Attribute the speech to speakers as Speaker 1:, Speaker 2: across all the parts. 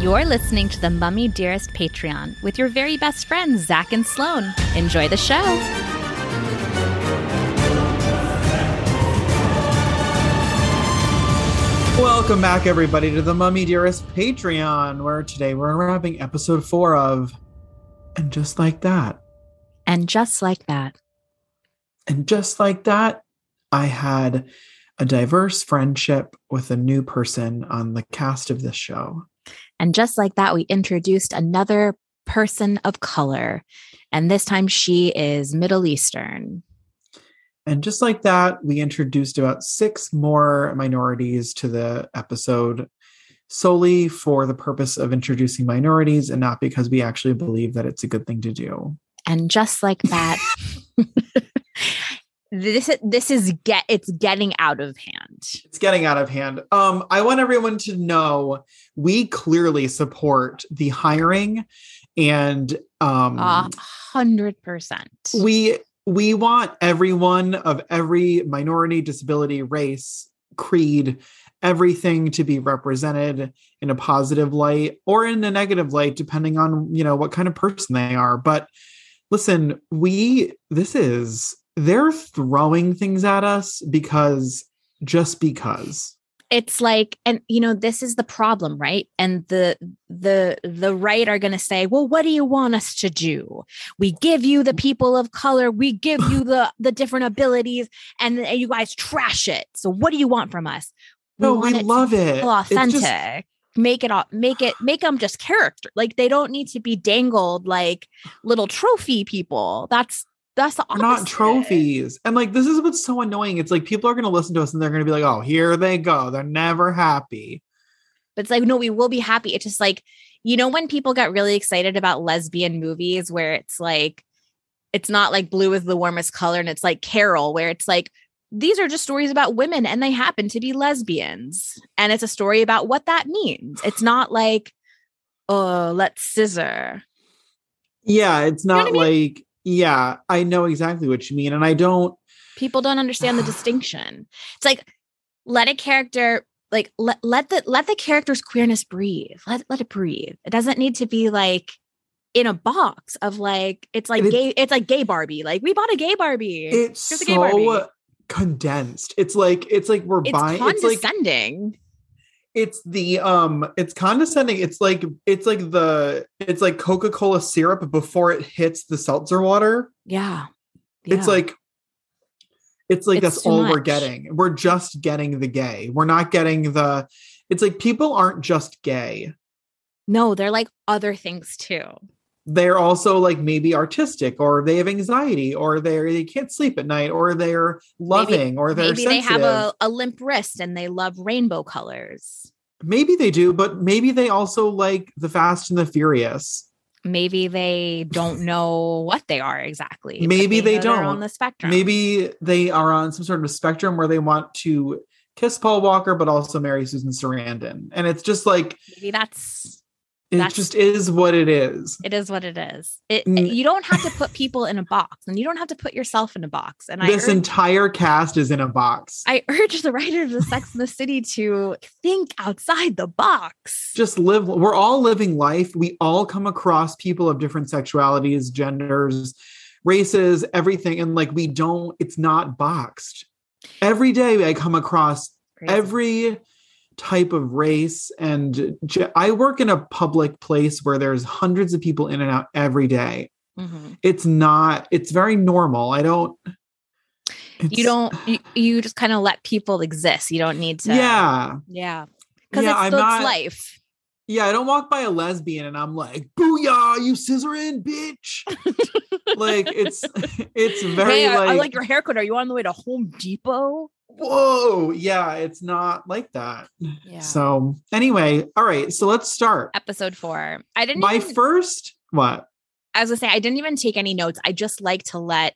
Speaker 1: You're listening to the Mummy Dearest Patreon with your very best friends, Zach and Sloan. Enjoy the show.
Speaker 2: Welcome back, everybody, to the Mummy Dearest Patreon, where today we're wrapping episode four of And Just Like That.
Speaker 1: And just like that,
Speaker 2: And just like that, I had a diverse friendship with a new person on the cast of this show.
Speaker 1: and just like that, we introduced another person of color. And this time she is Middle Eastern.
Speaker 2: And just like that, we introduced about six more minorities to the episode solely for the purpose of introducing minorities and not because we actually believe that it's a good thing to do.
Speaker 1: And just like that, this is- this is get it's getting out of hand.
Speaker 2: It's getting out of hand. Um, I want everyone to know we clearly support the hiring and um
Speaker 1: A hundred percent.
Speaker 2: we we want everyone of every minority disability race creed everything to be represented in a positive light or in a negative light depending on you know what kind of person they are but listen we this is they're throwing things at us because just because
Speaker 1: it's like and you know this is the problem right and the the the right are going to say well what do you want us to do we give you the people of color we give you the the different abilities and, and you guys trash it so what do you want from us
Speaker 2: no we,
Speaker 1: want it to
Speaker 2: love it
Speaker 1: feel
Speaker 2: It's just-
Speaker 1: authentic make it all make it make them just character like they don't need to be dangled like little trophy people that's that's the
Speaker 2: They're not
Speaker 1: opposite.
Speaker 2: trophies. And like, this is what's so annoying. It's like people are going to listen to us and they're going to be like, oh, here they go. They're never happy.
Speaker 1: But it's like, no, we will be happy. It's just like, you know, when people got really excited about lesbian movies where it's like, it's not like blue is the warmest color and it's like Carol, where it's like, these are just stories about women and they happen to be lesbians. And it's a story about what that means. It's not like, oh, let's scissor.
Speaker 2: Yeah. It's
Speaker 1: know
Speaker 2: not
Speaker 1: what I
Speaker 2: like, yeah, I know exactly what you mean. And I don't,
Speaker 1: People don't understand the distinction. It's like, let a character like let, let the let the character's queerness breathe. Let let it breathe. It doesn't need to be like in a box of like it's like
Speaker 2: And it-
Speaker 1: gay it's like gay Barbie. Like we bought a gay Barbie.
Speaker 2: it's
Speaker 1: Here's a gay Barbie.
Speaker 2: so condensed. It's like, it's like we're
Speaker 1: it's
Speaker 2: buying, it's like,
Speaker 1: condescending.
Speaker 2: it's the, um, it's condescending. It's like, it's like the, it's like Coca Cola syrup before it hits the seltzer water.
Speaker 1: yeah.
Speaker 2: It's
Speaker 1: Yeah.
Speaker 2: like it's like
Speaker 1: It's
Speaker 2: that's
Speaker 1: too
Speaker 2: all we're
Speaker 1: much.
Speaker 2: getting. We're just getting the gay. We're not getting the it's like people aren't just gay.
Speaker 1: no, they're like other things too.
Speaker 2: They're also like maybe artistic or they have anxiety or they they can't sleep at night or they're loving or they're
Speaker 1: Maybe they have
Speaker 2: sensitive.
Speaker 1: a, a limp wrist and they love rainbow colors.
Speaker 2: maybe they do, but maybe they also like the fast and the furious.
Speaker 1: Maybe they don't know what they are exactly. but
Speaker 2: Maybe they
Speaker 1: know they're
Speaker 2: don't.
Speaker 1: on the spectrum.
Speaker 2: Maybe they are on some sort of spectrum where they want to kiss Paul Walker but also marry Susan Sarandon. And it's just like
Speaker 1: maybe that's
Speaker 2: it
Speaker 1: That's-
Speaker 2: just is what it is.
Speaker 1: it is what it is. It,
Speaker 2: Mm.
Speaker 1: you don't have to put people in a box, and you don't have to put yourself in a box. And I
Speaker 2: this
Speaker 1: urge,
Speaker 2: entire cast is in a box.
Speaker 1: I urge the writers of Sex in the City to think outside the box.
Speaker 2: just live we're all living life we all come across people of different sexualities genders races everything and like we don't it's not boxed every day i come across
Speaker 1: Crazy.
Speaker 2: every type of race and ge- i work in a public place where there's hundreds of people in and out every day
Speaker 1: Mhm.
Speaker 2: it's not it's very normal i don't
Speaker 1: You
Speaker 2: it's-
Speaker 1: don't. You, you just kind of let people exist. You don't need to.
Speaker 2: yeah
Speaker 1: Yeah. Because
Speaker 2: Yeah,
Speaker 1: it's,
Speaker 2: I'm
Speaker 1: it's
Speaker 2: not-
Speaker 1: life.
Speaker 2: Yeah, I don't walk by a lesbian and I'm like, "Booyah, you scissoring bitch!" like it's it's very
Speaker 1: hey, I-
Speaker 2: like,
Speaker 1: I, like your haircut. Are you on the way to Home Depot?
Speaker 2: whoa, yeah, it's not like that.
Speaker 1: Yeah.
Speaker 2: So anyway, all right, so let's start.
Speaker 1: Episode four. I didn't.
Speaker 2: My
Speaker 1: even-
Speaker 2: first what?
Speaker 1: I was gonna say I didn't even take any notes. I just like to let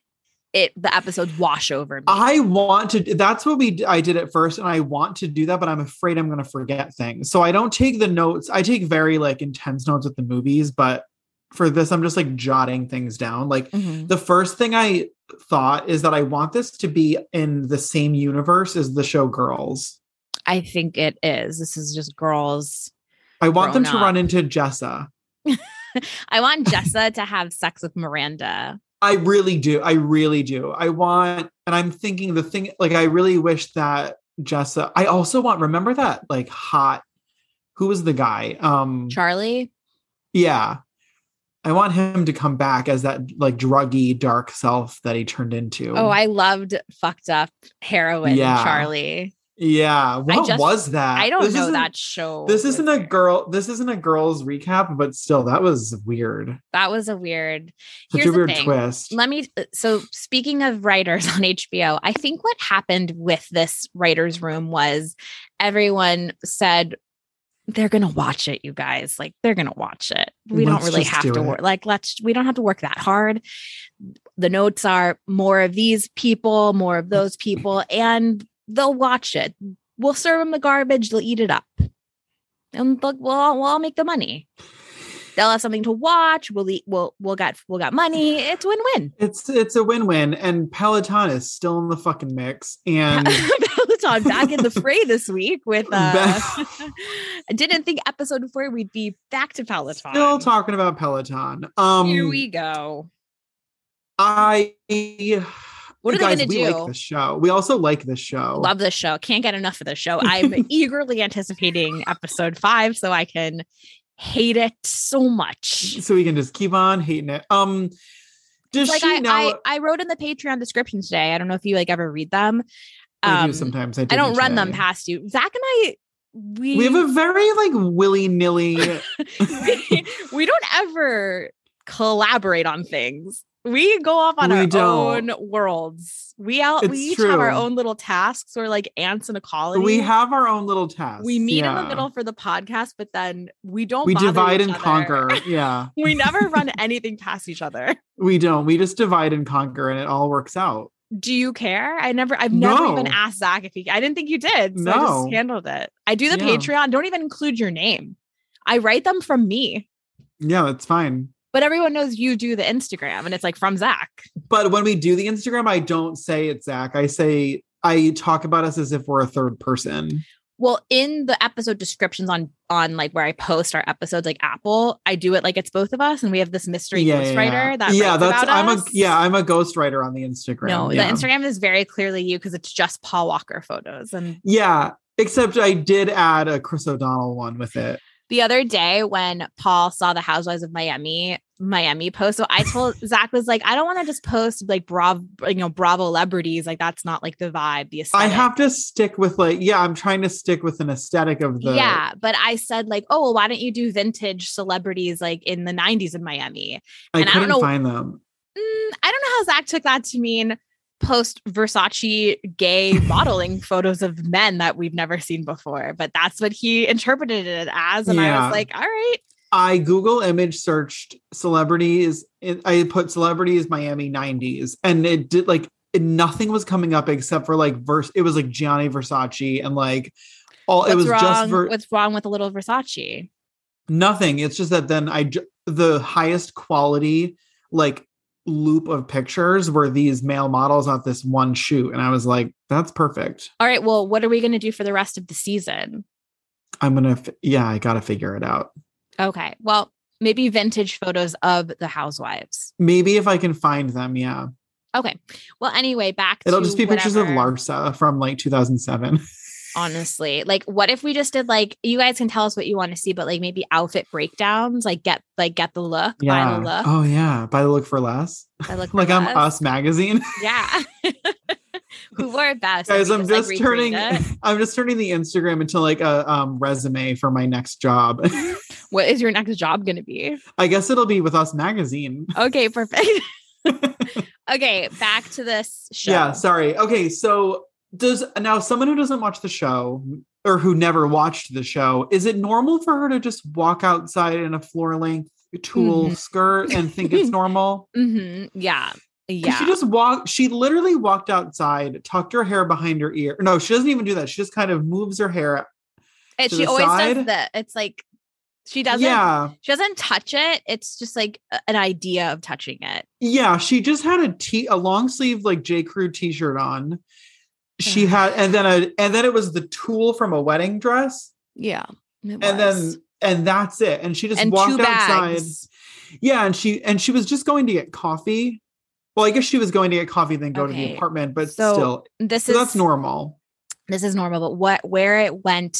Speaker 1: it the episodes wash over me.
Speaker 2: I want to. That's what we I did at first, and I want to do that, but I'm afraid I'm going to forget things. So I don't take the notes. I take very like intense notes with the movies, but for this, I'm just like jotting things down, like.
Speaker 1: Mhm.
Speaker 2: the first thing I thought is that I want this to be in the same universe as the show Girls.
Speaker 1: I think it is. This is just girls
Speaker 2: I want them to
Speaker 1: Grown up.
Speaker 2: run into Jessa.
Speaker 1: I want Jessa to have sex with Miranda.
Speaker 2: I really do. I really do. I want, and I'm thinking the thing, like, I really wish that Jessa, I also want, remember that, like, hot, who was the guy? Um,
Speaker 1: Charlie,
Speaker 2: yeah. I want him to come back as that, like, druggy, dark self that he turned into.
Speaker 1: Oh, I loved fucked up heroin
Speaker 2: Yeah.
Speaker 1: Charlie.
Speaker 2: yeah. What
Speaker 1: just-
Speaker 2: was that?
Speaker 1: I don't
Speaker 2: This
Speaker 1: know
Speaker 2: isn't-
Speaker 1: that show.
Speaker 2: This isn't a
Speaker 1: either.
Speaker 2: girl, this isn't a girl's recap, but still, that was weird.
Speaker 1: That was a weird.
Speaker 2: Such
Speaker 1: Here's
Speaker 2: a
Speaker 1: the
Speaker 2: weird
Speaker 1: thing.
Speaker 2: twist.
Speaker 1: Let me. uh, So, speaking of writers on HBO, I think what happened with this writers' room was everyone said they're gonna watch it. You guys, like, they're gonna watch it. We
Speaker 2: Let's
Speaker 1: don't really
Speaker 2: just
Speaker 1: have
Speaker 2: do
Speaker 1: to
Speaker 2: it.
Speaker 1: work. Like, let's. We don't have to work that hard. The notes are more of these people, more of those people, and they'll watch it. We'll serve them the garbage. They'll eat it up, and look, we'll all- we'll all make the money. They'll have something to watch. We'll eat. We'll we'll got we'll got money. It's win win.
Speaker 2: It's it's a win-win, and Peloton is still in the fucking mix. And
Speaker 1: Peloton back in the fray this week with. Uh,
Speaker 2: Back-
Speaker 1: I didn't think episode four we'd be back to Peloton.
Speaker 2: still talking about Peloton. Um,
Speaker 1: Here we go.
Speaker 2: I.
Speaker 1: What are they
Speaker 2: guys,
Speaker 1: gonna
Speaker 2: we
Speaker 1: do?
Speaker 2: Like this show. We also like this show.
Speaker 1: Love this show. Can't get enough of the show. I'm eagerly anticipating episode five so I can hate it so much.
Speaker 2: so we can just keep on hating it. Um, does
Speaker 1: Like
Speaker 2: she
Speaker 1: I,
Speaker 2: know?
Speaker 1: I, I wrote in the Patreon description today. I don't know if you like ever read them.
Speaker 2: I do
Speaker 1: Um,
Speaker 2: sometimes. I,
Speaker 1: I don't
Speaker 2: didn't
Speaker 1: run them
Speaker 2: today.
Speaker 1: past you. Zach and I, we
Speaker 2: We have a very like willy nilly.
Speaker 1: we, we don't ever collaborate on things. We go off on
Speaker 2: We
Speaker 1: our
Speaker 2: don't.
Speaker 1: own worlds. We out. we
Speaker 2: It's
Speaker 1: each have our
Speaker 2: true.
Speaker 1: own little tasks. We're like ants in a colony.
Speaker 2: we have our own little task.
Speaker 1: we meet in the middle for the podcast, but then we don't.
Speaker 2: We
Speaker 1: bother each
Speaker 2: divide and
Speaker 1: other.
Speaker 2: conquer. Yeah,
Speaker 1: We never run anything past each other.
Speaker 2: we don't. We just divide and conquer, and it all works out.
Speaker 1: Do you care? I never. I've never even
Speaker 2: No.
Speaker 1: asked Zach if he. I didn't think you did. So I
Speaker 2: No.
Speaker 1: just handled it. I do the
Speaker 2: Yeah.
Speaker 1: Patreon. Don't even include your name. I write them from me.
Speaker 2: Yeah, that's fine.
Speaker 1: But everyone knows you do the Instagram, and it's like from Zach.
Speaker 2: But when we do the Instagram, I don't say it's Zach. I say I talk about us as if we're a third person.
Speaker 1: well in the episode descriptions on on like where i post our episodes like apple i do it like it's both of us and we have this mystery ghostwriter
Speaker 2: yeah.
Speaker 1: that
Speaker 2: yeah,
Speaker 1: writes
Speaker 2: that's
Speaker 1: about
Speaker 2: I'm
Speaker 1: us.
Speaker 2: a yeah, I'm a ghostwriter on the Instagram.
Speaker 1: no
Speaker 2: yeah.
Speaker 1: the instagram is very clearly you because it's just paul walker photos and
Speaker 2: Yeah, except I did add a Chris O'Donnell one with it.
Speaker 1: the other day when paul saw the housewives of miami miami post so i told zach was like i don't want to just post like bravo you know bravo celebrities like that's not like the vibe the
Speaker 2: I
Speaker 1: aesthetic.
Speaker 2: have to stick with like yeah, I'm trying to stick with an aesthetic of the
Speaker 1: yeah, but I said like, oh, well, why don't you do vintage celebrities like in the '90s in Miami?
Speaker 2: I
Speaker 1: and I don't
Speaker 2: couldn't
Speaker 1: know-
Speaker 2: find them.
Speaker 1: mm, I don't know how Zach took that to mean post Versace gay modeling photos of men that we've never seen before, but that's what he interpreted it as. And I
Speaker 2: Yeah.
Speaker 1: was like, all right,
Speaker 2: I Google image searched celebrities. and I put celebrities Miami 90s and it did like it- nothing was coming up except for like verse. It was like Gianni Versace and like all
Speaker 1: what's
Speaker 2: it was
Speaker 1: wrong?
Speaker 2: just ver-
Speaker 1: what's wrong with a little Versace?
Speaker 2: nothing. It's just that then I ju- the highest quality like loop of pictures were these male models at this one shoot. And I was like, that's perfect.
Speaker 1: All right, well, what are we going to do for the rest of the season?
Speaker 2: I'm gonna, f- yeah, I gotta figure it out.
Speaker 1: Okay, well, maybe vintage photos of the housewives.
Speaker 2: Maybe if I can find them, yeah,
Speaker 1: Okay, well, anyway, back
Speaker 2: it'll
Speaker 1: to
Speaker 2: just be pictures of
Speaker 1: whatever.
Speaker 2: Larsa from like 2007.
Speaker 1: honestly like what if we just did like you guys can tell us what you want to see but like maybe outfit breakdowns like get like get the look buy
Speaker 2: Yeah.
Speaker 1: the look
Speaker 2: Oh yeah. By the look for less.
Speaker 1: I look
Speaker 2: Like
Speaker 1: for
Speaker 2: I'm
Speaker 1: less.
Speaker 2: Us magazine.
Speaker 1: yeah who wore it best
Speaker 2: Guys,
Speaker 1: We
Speaker 2: I'm
Speaker 1: like,
Speaker 2: just
Speaker 1: recreate
Speaker 2: turning
Speaker 1: it.
Speaker 2: I'm just turning the Instagram into like a um, resume for my next job.
Speaker 1: what is your next job gonna be
Speaker 2: I guess it'll be with Us magazine.
Speaker 1: okay perfect okay back to this show
Speaker 2: Yeah, sorry. Okay, so does now someone who doesn't watch the show or who never watched the show, is it normal for her to just walk outside in a floor length tulle
Speaker 1: Mhm.
Speaker 2: skirt and think it's normal?
Speaker 1: hmm yeah
Speaker 2: 'Cause
Speaker 1: yeah
Speaker 2: She just walked, she literally walked outside, tucked her hair behind her ear. No, she doesn't even do that. She just kind of moves her hair.
Speaker 1: and
Speaker 2: to
Speaker 1: she
Speaker 2: the
Speaker 1: always does
Speaker 2: side?
Speaker 1: that it's like she doesn't
Speaker 2: Yeah.
Speaker 1: she doesn't touch it it's just like a- an idea of touching it
Speaker 2: Yeah. She just had a t a long sleeve like J. Crew t shirt on. She had and then a and then it was the tulle from a wedding dress.
Speaker 1: yeah it was.
Speaker 2: And then and that's it. And she just
Speaker 1: and two
Speaker 2: walked outside.
Speaker 1: bags.
Speaker 2: Yeah, and she and she was just going to get coffee. Well, I guess she was going to get coffee then go to
Speaker 1: Okay.
Speaker 2: the apartment, but
Speaker 1: So,
Speaker 2: still,
Speaker 1: This
Speaker 2: so
Speaker 1: is
Speaker 2: that's normal.
Speaker 1: this is normal, but what where it went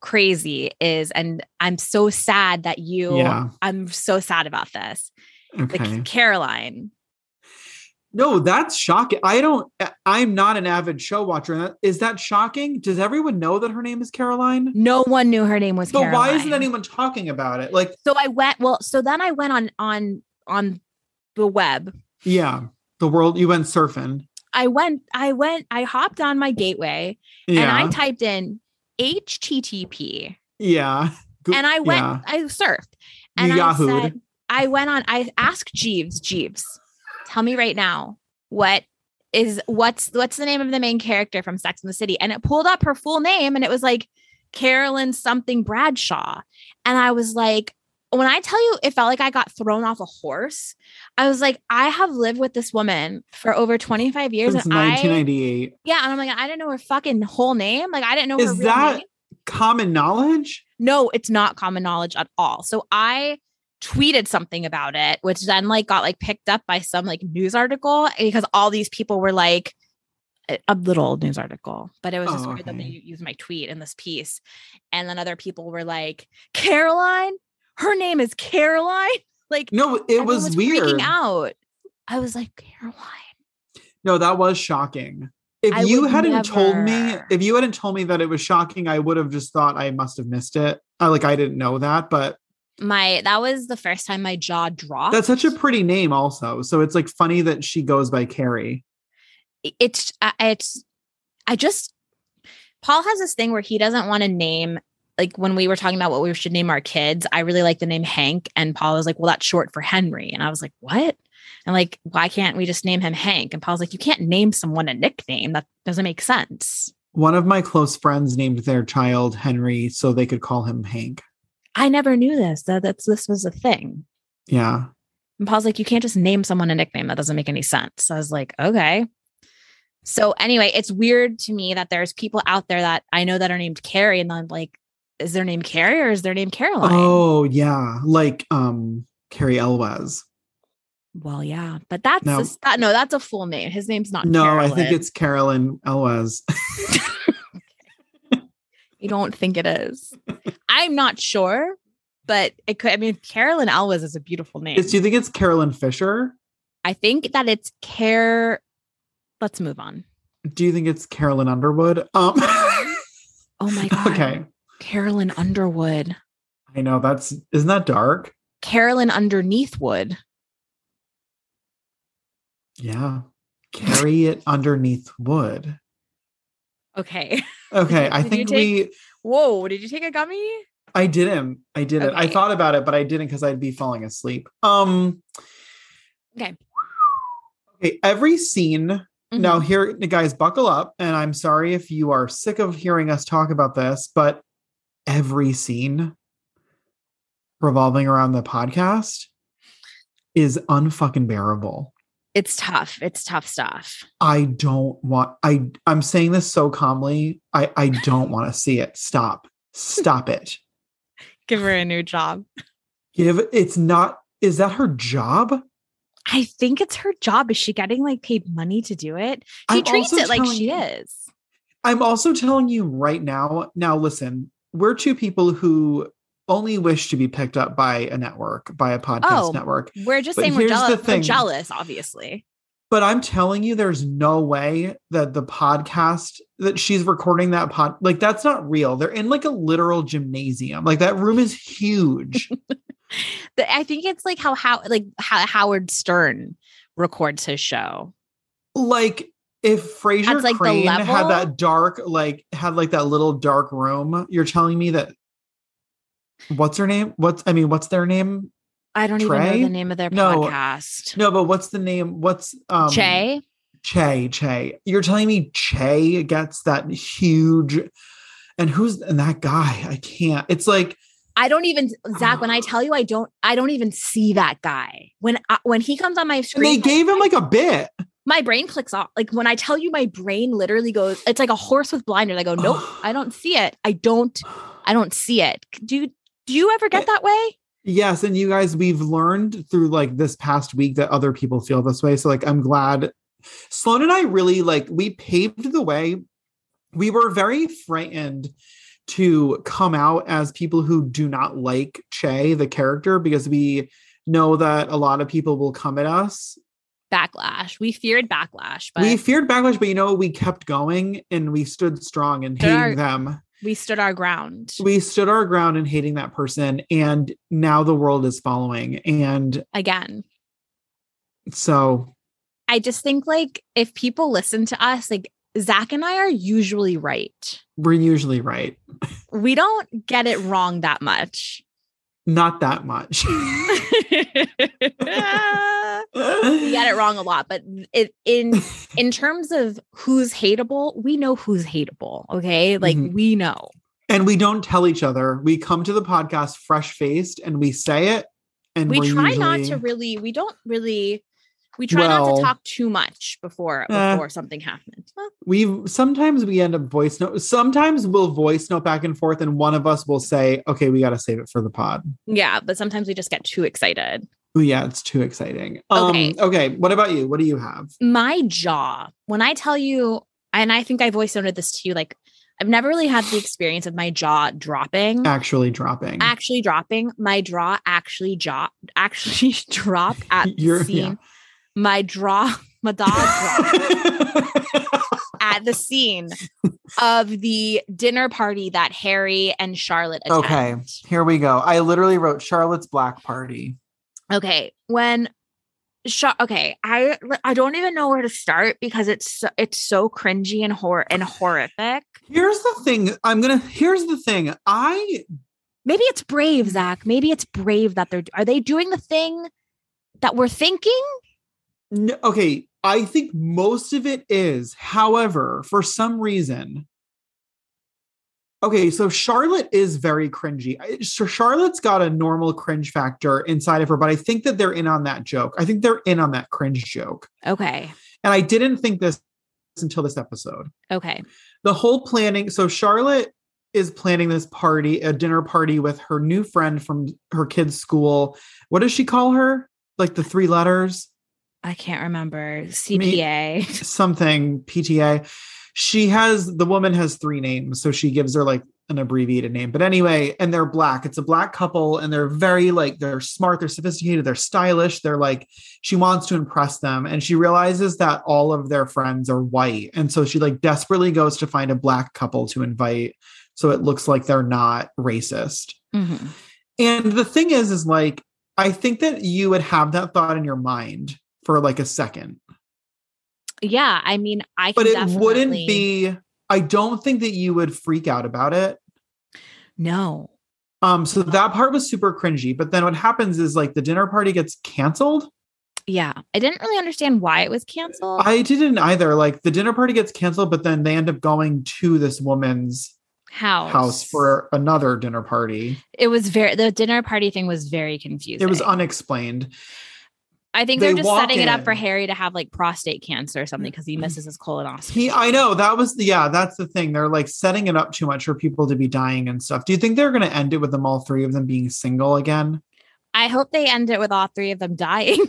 Speaker 1: crazy is and I'm so sad that you
Speaker 2: Yeah.
Speaker 1: I'm so sad about this. Like
Speaker 2: Okay.
Speaker 1: Caroline.
Speaker 2: No, that's shocking. I don't. I- I'm not an avid show watcher. and that- Is that shocking? Does everyone know that her name is Caroline?
Speaker 1: No one knew her name was
Speaker 2: So
Speaker 1: Caroline.
Speaker 2: why isn't anyone talking about it? Like,
Speaker 1: So I went well, so then I went on on on the web.
Speaker 2: yeah, the world you went surfing.
Speaker 1: I went I went I hopped on my gateway and
Speaker 2: Yeah,
Speaker 1: I typed in HTTP
Speaker 2: yeah. Go-
Speaker 1: and I went,
Speaker 2: yeah.
Speaker 1: I surfed and
Speaker 2: Yahooed.
Speaker 1: I said, I went on, I asked Jeeves, Jeeves, tell me right now what is what's what's the name of the main character from Sex and the City? And it pulled up her full name and it was like Carolyn something Bradshaw. And I was like, when I tell you it felt like I got thrown off a horse, I was like, I have lived with this woman for over 25 years.
Speaker 2: Since
Speaker 1: and I
Speaker 2: 1998.
Speaker 1: yeah, and I'm like, I didn't know her fucking whole name. Like I didn't know her
Speaker 2: Is
Speaker 1: real
Speaker 2: that-
Speaker 1: name.
Speaker 2: Common knowledge.
Speaker 1: no, it's not common knowledge at all. So I tweeted something about it, which then like got like picked up by some like news article eh, because all these people were like a- a little news article, but it was just
Speaker 2: Oh,
Speaker 1: weird that they
Speaker 2: okay.
Speaker 1: used my tweet in this piece. And then other people were like, Caroline, her name is Caroline. Like
Speaker 2: No, Mm, it
Speaker 1: everyone
Speaker 2: was weird.
Speaker 1: freaking out. I was like, Caroline.
Speaker 2: No, that was shocking. If
Speaker 1: I
Speaker 2: you
Speaker 1: would
Speaker 2: hadn't told me,
Speaker 1: never.
Speaker 2: if you hadn't told me that it was shocking, I would have just thought I must have missed it. I like I didn't know that, but
Speaker 1: My that was the first time my jaw dropped.
Speaker 2: That's such a pretty name, also. So it's like funny that she goes by Carrie.
Speaker 1: it- it's I- it's i just paul has this thing where he doesn't want to name like when we were talking about what we should name our kids i really like the name hank and paul was like well that's short for henry and i was like what and like why can't we just name him hank and paul's like you can't name someone a nickname that doesn't make sense
Speaker 2: One of my close friends named their child Henry so they could call him Hank.
Speaker 1: i never knew this that that's this was a thing
Speaker 2: Yeah.
Speaker 1: And Paul's like, you can't just name someone a nickname. That doesn't make any sense. So I was like, okay. So anyway, it's weird to me that there's people out there that I know that are named Carrie, and I'm like, is their name Carrie or is their name Caroline?
Speaker 2: Oh, yeah. Like um Carrie Elwes.
Speaker 1: Well, yeah, but that's
Speaker 2: No.
Speaker 1: a, that, no, that's a full name. His name's not.
Speaker 2: No, I
Speaker 1: Uh, Carolyn.
Speaker 2: think it's Carolyn Elwes.
Speaker 1: You don't think it is? I'm not sure, but it could. I mean, Carolyn Elwes is a beautiful name.
Speaker 2: It's- do you think it's Carolyn Fisher?
Speaker 1: I think that it's Care. Let's move on.
Speaker 2: Do you think it's Carolyn Underwood? Um
Speaker 1: Oh my god.
Speaker 2: Okay.
Speaker 1: Carolyn Underwood.
Speaker 2: I know that's isn't that dark?
Speaker 1: Carolyn Underneath Wood.
Speaker 2: Yeah. Carry it underneath wood.
Speaker 1: Okay.
Speaker 2: Okay. I
Speaker 1: Did you
Speaker 2: think
Speaker 1: take-
Speaker 2: we
Speaker 1: Whoa, did you take a gummy?
Speaker 2: I didn't. I didn't. I
Speaker 1: Okay.
Speaker 2: thought about it, but I didn't because I'd be falling asleep. Um.
Speaker 1: Okay.
Speaker 2: Okay. Every scene. Now, here, guys, buckle up. And I'm sorry if you are sick of hearing us talk about this, but every scene revolving around the podcast is unfucking bearable.
Speaker 1: It's tough. It's tough stuff.
Speaker 2: I don't want. I. I'm saying this so calmly. I. I don't want to see it. Stop. Stop it.
Speaker 1: Give her a new job.
Speaker 2: Give. It's not. Is that her job?
Speaker 1: I think it's her job. Is she getting like paid money to do it? She
Speaker 2: I'm
Speaker 1: treats
Speaker 2: also
Speaker 1: it like
Speaker 2: telling
Speaker 1: she
Speaker 2: you-
Speaker 1: is.
Speaker 2: I'm also telling you right now. Now, listen, we're two people who only wish to be picked up by a network, by a podcast
Speaker 1: Oh.
Speaker 2: network.
Speaker 1: We're just
Speaker 2: But
Speaker 1: saying we're
Speaker 2: here's the
Speaker 1: jealous. We're
Speaker 2: thing.
Speaker 1: jealous, obviously.
Speaker 2: But I'm telling you, there's no way that the podcast that she's recording that pod, like, that's not real. They're in like a literal gymnasium. Like, that room is huge.
Speaker 1: The- I think it's like how how like how Howard Stern records his show.
Speaker 2: like, if Frasier
Speaker 1: That's, like, the
Speaker 2: Crane had
Speaker 1: level?
Speaker 2: that dark, like, had like that little dark room, you're telling me that what's her name? What's, I mean, what's their name?
Speaker 1: I don't even
Speaker 2: Trey?
Speaker 1: know the name of their
Speaker 2: No.
Speaker 1: podcast.
Speaker 2: No, but what's the name? What's um
Speaker 1: Che,
Speaker 2: Che, Che. You're telling me Che gets that huge and who's and that guy? I can't. It's like
Speaker 1: I don't even Zach.
Speaker 2: uh.
Speaker 1: When I tell you, I don't. I don't even see that guy. When I, when he comes on my
Speaker 2: and
Speaker 1: screen,
Speaker 2: they gave him like a bit.
Speaker 1: my brain clicks off. Like when I tell you, my brain literally goes. It's like a horse with blinders. I go, nope, I don't see it. I don't. I don't see it. Do you Do you ever get that way?
Speaker 2: Yes, and you guys, we've learned through like this past week that other people feel this way. So like I'm glad Sloan and I really like we paved the way. We were very frightened to come out as people who do not like Che, the character, because we know that a lot of people will come at us.
Speaker 1: Backlash. We feared backlash, but
Speaker 2: we
Speaker 1: we,
Speaker 2: feared backlash, but you know, we kept going and we stood strong and
Speaker 1: There
Speaker 2: hating
Speaker 1: are-
Speaker 2: them.
Speaker 1: stood our ground.
Speaker 2: We stood our ground and hating that person. And now the world is following. And
Speaker 1: Again,
Speaker 2: so
Speaker 1: I just think like if people listen to us, like Zach and I are usually right.
Speaker 2: we're usually right.
Speaker 1: We don't get it wrong that much.
Speaker 2: Not that much.
Speaker 1: we get it wrong a lot, but it, in in terms of who's hateable, we know who's hateable. Okay, like
Speaker 2: Mhm.
Speaker 1: we know.
Speaker 2: And we don't tell each other. We come to the podcast fresh faced and we say it. And
Speaker 1: we
Speaker 2: we're
Speaker 1: try not
Speaker 2: usually-
Speaker 1: to really we don't really we try not
Speaker 2: Well-
Speaker 1: to talk too much before
Speaker 2: Eh.
Speaker 1: before something happens Well,
Speaker 2: we sometimes we end up voice note sometimes we'll voice note back and forth and one of us will say okay we got to save it for the pod
Speaker 1: yeah but sometimes we just get too excited
Speaker 2: oh yeah it's too exciting um
Speaker 1: Okay.
Speaker 2: okay. what about you what do you have
Speaker 1: my jaw when i tell you and i think i voice noted this to you like i've never really had the experience of my jaw dropping
Speaker 2: actually dropping
Speaker 1: actually dropping my jaw actually jaw actually drop at
Speaker 2: You're-
Speaker 1: the scene
Speaker 2: yeah.
Speaker 1: my draw my dog dropped at the scene of the dinner party that harry and charlotte attend.
Speaker 2: okay here we go i literally wrote charlotte's black party
Speaker 1: okay when Sha okay i i don't even know where to start because it's so, it's so cringy and hor and horrific
Speaker 2: here's the thing i'm gonna here's the thing i
Speaker 1: maybe it's brave zach maybe it's brave that they're are they doing the thing that we're thinking
Speaker 2: n- okay i think most of it is however for some reason okay so charlotte is very cringy I- so charlotte's got a normal cringe factor inside of her but i think that they're in on that joke i think they're in on that cringe joke
Speaker 1: okay
Speaker 2: and i didn't think this until this episode
Speaker 1: okay
Speaker 2: the whole planning so charlotte is planning this party a dinner party with her new friend from her kids school what does she call her like the three letters
Speaker 1: i can't remember cpa
Speaker 2: something PTA. She has the woman has three names, so she gives her like an abbreviated name. But anyway, and they're black. It's a black couple, and they're very like they're smart, they're sophisticated, they're stylish. They're like she wants to impress them, and she realizes that all of their friends are white, and so she like desperately goes to find a black couple to invite, so it looks like they're not racist.
Speaker 1: Mhm.
Speaker 2: And the thing is, is like, I think that you would have that thought in your mind for like a second
Speaker 1: yeah i mean i
Speaker 2: but
Speaker 1: can
Speaker 2: it wouldn't
Speaker 1: definitely-
Speaker 2: be i don't think that you would freak out about it
Speaker 1: no
Speaker 2: um so that part was super cringy but then what happens is like the dinner party gets canceled
Speaker 1: yeah i didn't really understand why it was canceled
Speaker 2: i didn't either like the dinner party gets canceled but then they end up going to this woman's
Speaker 1: house
Speaker 2: house for another dinner party
Speaker 1: it was very the dinner party thing was very confusing
Speaker 2: it was unexplained
Speaker 1: I think
Speaker 2: They
Speaker 1: they're just
Speaker 2: walk
Speaker 1: setting it up for
Speaker 2: in. Mm. Mm-hmm.
Speaker 1: Harry to have like prostate cancer or something because he misses his colonoscopy.
Speaker 2: he i know that was the, yeah that's the thing they're like setting it up too much for people to be dying and stuff do you think they're going to end it with them all three of them being single again
Speaker 1: I hope they end it with all three of them dying.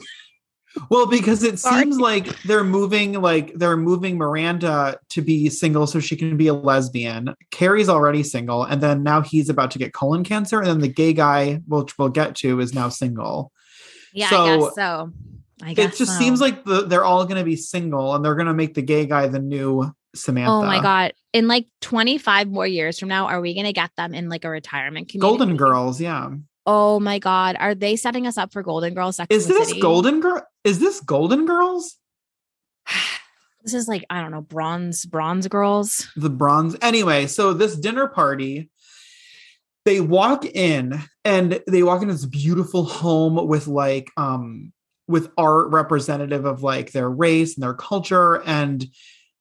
Speaker 2: Well, because it
Speaker 1: Sorry.
Speaker 2: seems like they're moving, like they're moving Miranda to be single so she can be a lesbian. Carrie's already single, and then now he's about to get colon cancer, and then the gay guy, which we'll get to, is now single.
Speaker 1: yeah, I
Speaker 2: So,
Speaker 1: guess so. I guess
Speaker 2: it just
Speaker 1: so.
Speaker 2: seems like the, they're all going to be single, and they're going to make the gay guy the new Samantha.
Speaker 1: Oh my god! In like twenty five more years from now, are we gonna get them in like a retirement community?
Speaker 2: Golden Girls, yeah.
Speaker 1: Oh my god! Are they setting us up for Golden Girls? Sex
Speaker 2: Is
Speaker 1: and the
Speaker 2: this
Speaker 1: City?
Speaker 2: Golden Girl? Is this Golden Girls?
Speaker 1: This is like I don't know, bronze, bronze girls.
Speaker 2: the bronze. Anyway, so this dinner party, they walk in and they walk into this beautiful home with like um with art representative of like their race and their culture and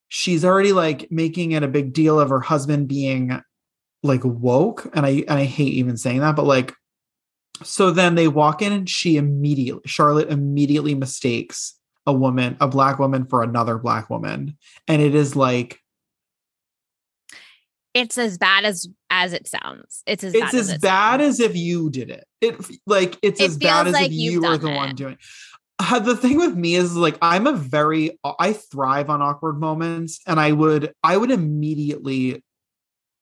Speaker 2: she's already like making it a big deal of her husband being like woke and I and I hate even saying that but like so then they walk in and she immediately Charlotte immediately mistakes a woman a black woman for another black woman and it is like
Speaker 1: It's as bad as as it sounds. It's as
Speaker 2: it's
Speaker 1: bad
Speaker 2: as
Speaker 1: as, it
Speaker 2: bad
Speaker 1: sounds.
Speaker 2: as if you did it. It like it's
Speaker 1: It
Speaker 2: as bad
Speaker 1: feels
Speaker 2: as
Speaker 1: like
Speaker 2: if
Speaker 1: you've
Speaker 2: you were
Speaker 1: done
Speaker 2: the one
Speaker 1: it.
Speaker 2: doing. it. Uh, the thing with me is like I'm a very uh, I thrive on awkward moments, and I would I would immediately.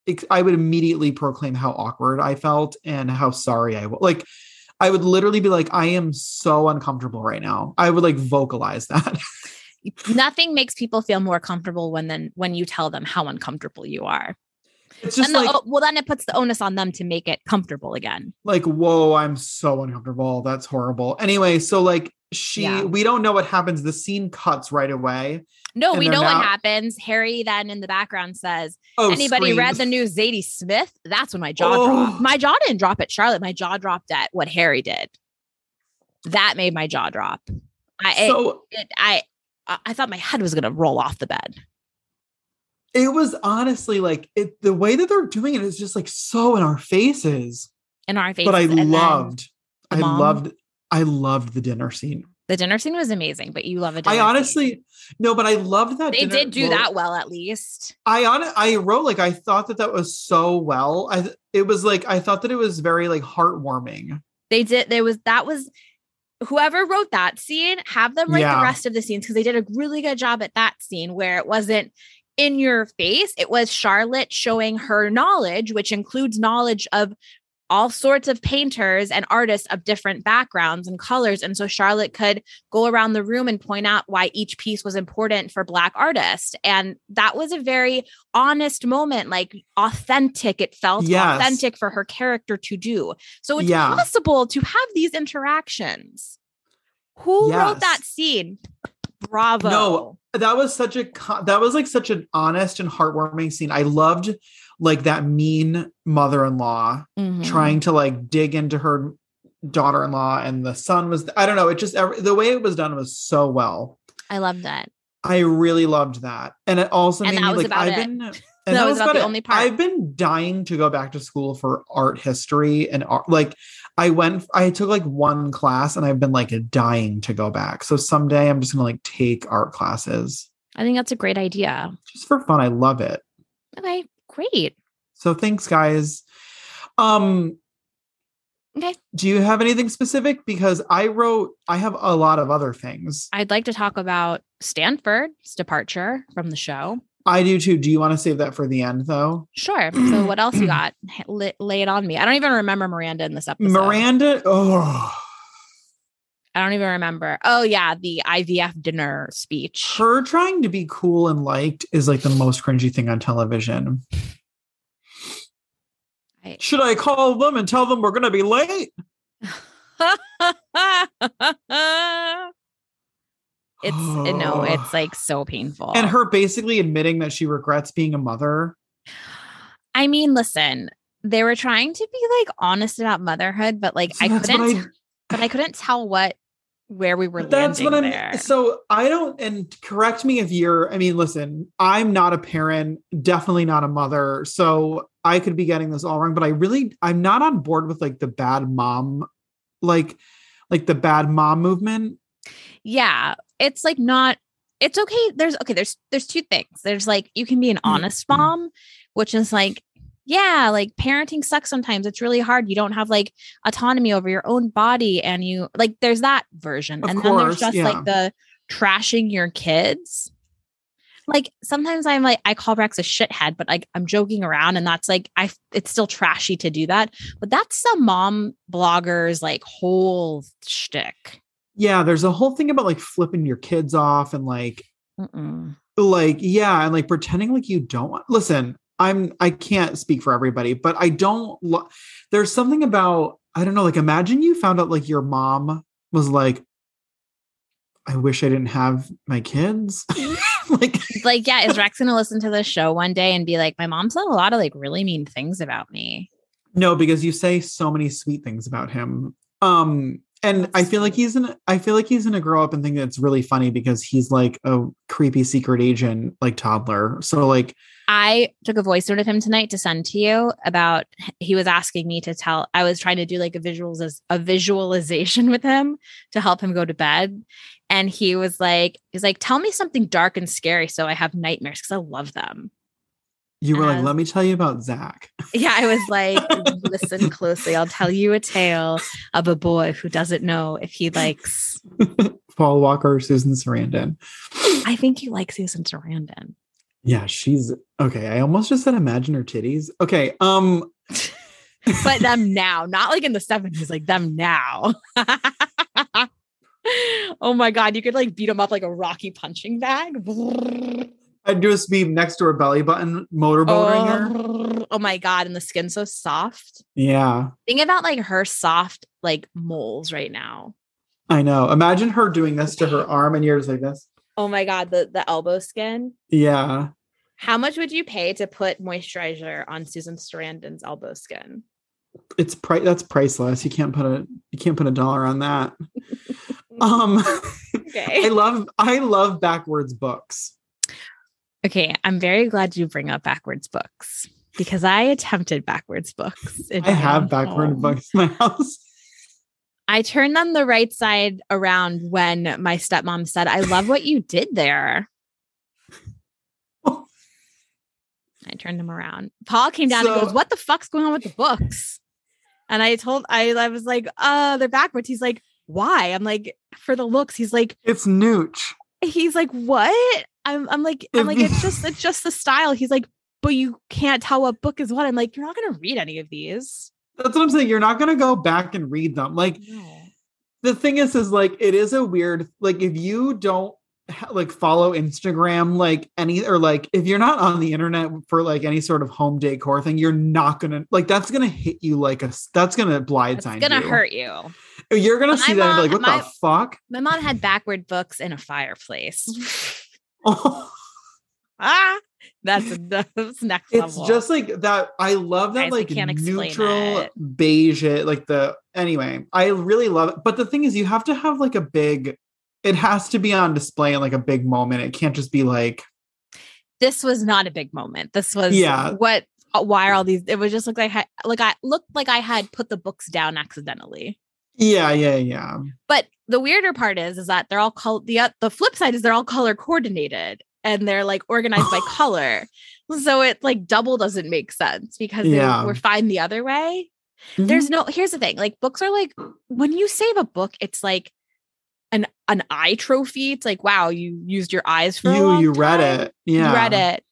Speaker 2: ex- I would immediately proclaim how awkward I felt and how sorry I was. Like, I would literally be like, "I am so uncomfortable right now." I would like vocalize that.
Speaker 1: Nothing makes people feel more comfortable when then when you tell them how uncomfortable you are.
Speaker 2: it's just
Speaker 1: and the,
Speaker 2: like,
Speaker 1: oh, well, then it puts the onus on them to make it comfortable again.
Speaker 2: like whoa i'm so uncomfortable that's horrible anyway so like she
Speaker 1: Yeah.
Speaker 2: we don't know what happens the scene cuts right away
Speaker 1: No,
Speaker 2: And
Speaker 1: we
Speaker 2: they're
Speaker 1: know
Speaker 2: not-
Speaker 1: what happens. Harry then in the background says,
Speaker 2: oh
Speaker 1: "Anybody
Speaker 2: scream.
Speaker 1: read the new Zadie Smith?" That's when my jaw
Speaker 2: Oh.
Speaker 1: dropped. My jaw didn't drop at Charlotte. My jaw dropped at what Harry did. That made my jaw drop. I
Speaker 2: so
Speaker 1: it, it, I I I thought my head was gonna roll off the bed.
Speaker 2: it was honestly like it the way that they're doing it is just like so in our faces
Speaker 1: in our face.
Speaker 2: but i
Speaker 1: and then
Speaker 2: loved
Speaker 1: the
Speaker 2: i
Speaker 1: mom.
Speaker 2: loved i loved the dinner scene
Speaker 1: the dinner scene was amazing, but you love a dinner.
Speaker 2: i
Speaker 1: scene.
Speaker 2: honestly no but i loved that
Speaker 1: they
Speaker 2: dinner-
Speaker 1: did do
Speaker 2: well,
Speaker 1: that well at least.
Speaker 2: I on I wrote like I thought that that was so well. I it was like I thought that it was very like heartwarming.
Speaker 1: They did. There was that was whoever wrote that scene. Have them write
Speaker 2: Yeah.
Speaker 1: the rest of the scenes because they did a really good job at that scene where it wasn't in your face. It was Charlotte showing her knowledge, which includes knowledge of all sorts of painters and artists of different backgrounds and colors. And so Charlotte could go around the room and point out why each piece was important for Black artists. And that was a very honest moment, like authentic. It felt
Speaker 2: Yes.
Speaker 1: authentic for her character to do. So it's
Speaker 2: Yeah.
Speaker 1: possible to have these interactions. Who
Speaker 2: Yes.
Speaker 1: wrote that scene? Bravo.
Speaker 2: No, that was such a co- that was like such an honest and heartwarming scene i loved like that mean mother-in-law
Speaker 1: Mhm.
Speaker 2: trying to like dig into her daughter-in-law and the son was i don't know it just every, the way it was done was so well
Speaker 1: I love that.
Speaker 2: i really loved that and it also
Speaker 1: And
Speaker 2: made
Speaker 1: that
Speaker 2: me
Speaker 1: was
Speaker 2: like
Speaker 1: about
Speaker 2: i've
Speaker 1: it.
Speaker 2: been and
Speaker 1: That was about the only part.
Speaker 2: i've been dying to go back to school for art history and art like i went i took like one class and i've been like dying to go back so someday i'm just gonna like take art classes
Speaker 1: I think that's a great idea.
Speaker 2: just for fun. I love it.
Speaker 1: Okay, great.
Speaker 2: So thanks, guys. Um,
Speaker 1: Okay.
Speaker 2: Do you have anything specific? Because I wrote, I have a lot of other things.
Speaker 1: I'd like to talk about Stanford's departure from the show.
Speaker 2: I do too. Do you want to save that for the end, though?
Speaker 1: Sure. So what else you got? Lay, lay it on me. I don't even remember Miranda in this episode.
Speaker 2: Miranda. Oh,
Speaker 1: I don't even remember. Oh yeah, the IVF dinner speech.
Speaker 2: her trying to be cool and liked is like the most cringy thing on television.
Speaker 1: I-
Speaker 2: Should I call them and tell them we're going to be late?
Speaker 1: it's eh, no, it's like so painful.
Speaker 2: And her basically admitting that she regrets being a mother.
Speaker 1: I mean, listen, they were trying to be like honest about motherhood, but like
Speaker 2: So
Speaker 1: I
Speaker 2: that's what
Speaker 1: couldn't, but I couldn't tell what where we were
Speaker 2: But that's what I'm
Speaker 1: landing there.
Speaker 2: so I don't and correct me if you're I mean listen I'm not a parent definitely not a mother so I could be getting this all wrong but I really I'm not on board with like the bad mom like like the bad mom movement
Speaker 1: yeah it's like not it's okay there's okay there's there's two things there's like you can be
Speaker 2: Mm-hmm.
Speaker 1: an honest mom which is like yeah like parenting sucks sometimes it's really hard you don't have like autonomy over your own body and you like there's that version
Speaker 2: Of
Speaker 1: and then
Speaker 2: course,
Speaker 1: there's just
Speaker 2: yeah.
Speaker 1: like the trashing your kids like sometimes i'm like i call rex a shithead but like i'm joking around and that's like i it's still trashy to do that but that's some mom bloggers like whole shtick.
Speaker 2: yeah there's a whole thing about like flipping your kids off and like
Speaker 1: Mm-mm.
Speaker 2: like yeah and like pretending like you don't want listen i'm i can't speak for everybody but i don't lo- there's something about i don't know like imagine you found out like your mom was like i wish i didn't have my kids like
Speaker 1: like, yeah, is Rex gonna listen to this show one day and be like, my mom said a lot of like really mean things about me?
Speaker 2: no because you say so many sweet things about him um and i feel like he's an i feel like he's gonna grow up and think that's really funny because he's like a creepy secret agent like toddler so like
Speaker 1: I took a voice note of him tonight to send to you about he was asking me to tell I was trying to do like a visuals a visualization with him to help him go to bed. And he was like, he's like, tell me something dark and scary so I have nightmares because I love them.
Speaker 2: You were
Speaker 1: As-
Speaker 2: like, let me tell you about Zach.
Speaker 1: Yeah, I was like, listen closely. I'll tell you a tale of a boy who doesn't know if he likes.
Speaker 2: Paul Walker or Susan Sarandon.
Speaker 1: I think he likes Susan Sarandon.
Speaker 2: Yeah, she's okay. I almost just said imagine her titties. Okay. Um
Speaker 1: but them now, not like in the 70s, like them now. oh my God, you could like beat them up like a Rocky punching bag.
Speaker 2: I'd just be next to her belly button motorboating her.
Speaker 1: Oh, oh my God, and the skin's so soft.
Speaker 2: Yeah.
Speaker 1: Think about like her soft like moles right now.
Speaker 2: I know. Imagine her doing this to her arm and you're just like this.
Speaker 1: Oh my God, the, the elbow skin.
Speaker 2: Yeah.
Speaker 1: How much would you pay to put moisturizer on Susan Sarandon's elbow skin?
Speaker 2: It's pri- that's priceless. You can't put a you can't put a dollar on that. Um I
Speaker 1: Okay.
Speaker 2: love I love backwards books.
Speaker 1: Okay. I'm very glad you bring up backwards books because I attempted backwards books. in
Speaker 2: I
Speaker 1: my
Speaker 2: have
Speaker 1: own
Speaker 2: backward
Speaker 1: home.
Speaker 2: books in my house.
Speaker 1: I turned them the right side around when my stepmom said, I love what you did there. I turned them around. Paul came down and
Speaker 2: So-
Speaker 1: goes, What the fuck's going on with the books? And I told, I, I was like, Oh, they're backwards. He's like, Why? I'm like, For the looks. He's like,
Speaker 2: It's nooch.
Speaker 1: he's like, "What?" I'm, I'm like, I'm like,
Speaker 2: If-
Speaker 1: it's just, it's just the style. He's like, "But you can't tell what book is what." I'm like, "You're not gonna read any of these."
Speaker 2: That's what I'm saying. You're not gonna go back and read them. Like the thing is is like it is a weird like if you don't ha- like follow instagram like any or like if you're not on the internet for like any sort of home decor thing you're not gonna like that's gonna hit you like a s- that's gonna blindside
Speaker 1: It's gonna
Speaker 2: you.
Speaker 1: hurt you.
Speaker 2: you're gonna see
Speaker 1: My
Speaker 2: that
Speaker 1: mom-
Speaker 2: and be like what the
Speaker 1: my-
Speaker 2: fuck
Speaker 1: My mom had backward books in a fireplace.
Speaker 2: oh,
Speaker 1: ah, that's that's next
Speaker 2: it's
Speaker 1: level.
Speaker 2: just like that i love that
Speaker 1: Guys, we
Speaker 2: like
Speaker 1: can't explain
Speaker 2: neutral
Speaker 1: it.
Speaker 2: beige like the anyway i really love it but the thing is you have to have like a big it has to be on display in like a big moment it can't just be like
Speaker 1: this was not a big moment. This was
Speaker 2: Yeah.
Speaker 1: What? uh, Why are all these? It was just like I had, like I looked like I had put the books down accidentally.
Speaker 2: yeah yeah yeah
Speaker 1: But the weirder part is, is that they're all col- the uh, the flip side is they're all color coordinated and they're like organized by color. So it like double doesn't make sense because
Speaker 2: Yeah.
Speaker 1: they were fine the other way.
Speaker 2: Mhm.
Speaker 1: There's no here's the thing like books are like when you save a book, it's like an an eye trophy. It's like wow, you used your eyes for a
Speaker 2: you
Speaker 1: long
Speaker 2: you read
Speaker 1: time.
Speaker 2: it yeah
Speaker 1: You read it.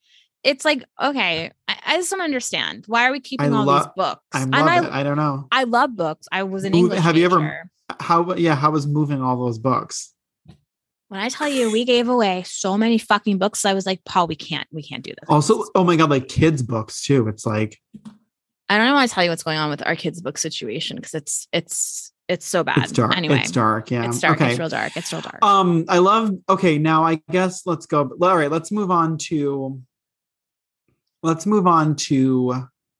Speaker 1: It's like okay, I, I just don't understand why are we keeping all
Speaker 2: lo-
Speaker 1: these books?
Speaker 2: i
Speaker 1: And
Speaker 2: love
Speaker 1: I
Speaker 2: it i don't know
Speaker 1: I love books. I was an
Speaker 2: Move-
Speaker 1: English.
Speaker 2: have you ever-
Speaker 1: major.
Speaker 2: how yeah how was moving all those books
Speaker 1: When I tell you we gave away so many fucking books, I was like, Paul, we can't, we can't do this.
Speaker 2: also oh my god like kids books too it's like
Speaker 1: I don't want to tell you what's going on with our kids' book situation because it's it's it's so bad.
Speaker 2: it's dark
Speaker 1: Anyway,
Speaker 2: it's dark yeah
Speaker 1: It's dark.
Speaker 2: okay
Speaker 1: It's real dark. It's real dark.
Speaker 2: um i love okay now i guess let's go all right let's move on to let's move on to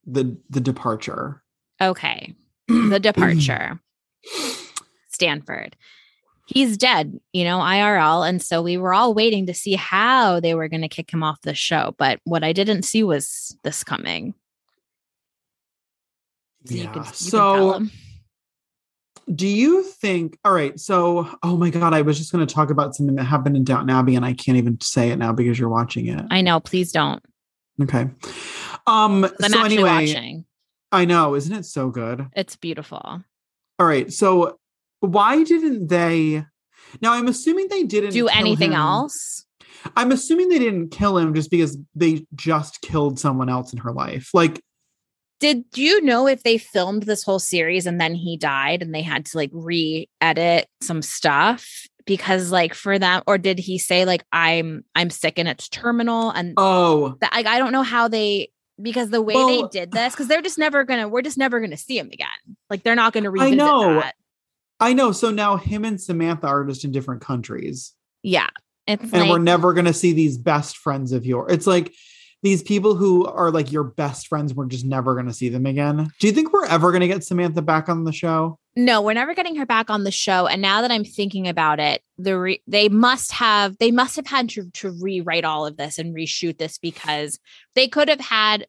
Speaker 2: the the departure
Speaker 1: okay, the departure, Stanford. He's dead, you know, IRL. And so we were all waiting to see how they were going to kick him off the show. But what I didn't see was this coming. So you
Speaker 2: yeah
Speaker 1: could- you could tell
Speaker 2: so
Speaker 1: him.
Speaker 2: do you think all right so oh my god i was just going to talk about something that happened in downton abbey and i can't even say it now because you're watching it
Speaker 1: I know. Please don't.
Speaker 2: Okay. Um
Speaker 1: 'Cause I'm
Speaker 2: so
Speaker 1: actually
Speaker 2: anyway,
Speaker 1: watching.
Speaker 2: I know, isn't it so good?
Speaker 1: It's beautiful.
Speaker 2: All right. So why didn't they now I'm assuming they didn't
Speaker 1: do
Speaker 2: kill
Speaker 1: anything
Speaker 2: him.
Speaker 1: else.
Speaker 2: I'm assuming they didn't kill him just because they just killed someone else in her life. Like
Speaker 1: Did you know if they filmed this whole series and then he died and they had to like re edit some stuff because like for them or did he say like I'm I'm sick and it's terminal and
Speaker 2: oh
Speaker 1: that like I don't know how they because the way
Speaker 2: Well-
Speaker 1: they did this because they're just never gonna we're just never gonna see him again like they're not gonna revisit
Speaker 2: know.
Speaker 1: that
Speaker 2: I know. So now him and Samantha are just in different countries.
Speaker 1: yeah it's
Speaker 2: And
Speaker 1: like
Speaker 2: we're never gonna see these best friends of yours. It's like these people who are like your best friends, we're just never gonna see them again. Do you think we're ever gonna get Samantha back on the show?
Speaker 1: no we're never getting her back on the show and now that i'm thinking about it the re- they must have they must have had to, to rewrite all of this and reshoot this because they could have had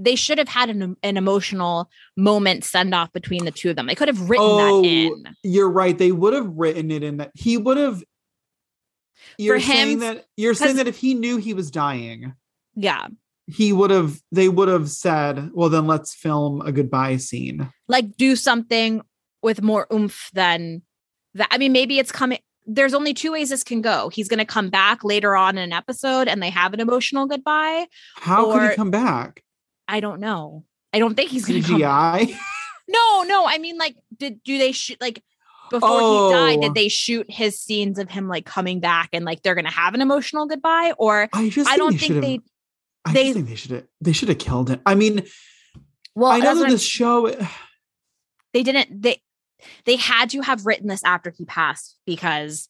Speaker 1: they should have had an, an emotional moment send off between the two of them they could have written
Speaker 2: Oh,
Speaker 1: that in
Speaker 2: You're right. They would have written it in that he would have. You're
Speaker 1: him-
Speaker 2: saying that you're saying
Speaker 1: 'cause-
Speaker 2: that if he knew he was dying,
Speaker 1: yeah
Speaker 2: he would have they would have said, well then let's film a goodbye scene.
Speaker 1: Like do something with more oomph than that. I mean, maybe it's coming. There's only two ways this can go. He's going to come back later on in an episode and they have an emotional goodbye.
Speaker 2: How could
Speaker 1: Or-
Speaker 2: he come back?
Speaker 1: I don't know. I don't think he's going to come. back.
Speaker 2: CGI?
Speaker 1: No, no. I mean, like, did do they shoot like before he died?
Speaker 2: Oh.
Speaker 1: Did they shoot his scenes of him like coming back and like they're going to have an emotional goodbye? Or
Speaker 2: I just
Speaker 1: I don't
Speaker 2: they
Speaker 1: think
Speaker 2: should've-
Speaker 1: they.
Speaker 2: I
Speaker 1: they-
Speaker 2: just think they should have they should have killed him. I mean,
Speaker 1: Well,
Speaker 2: I know
Speaker 1: that's what
Speaker 2: that
Speaker 1: I'm-
Speaker 2: this show
Speaker 1: they didn't. They they had to have written this after he passed because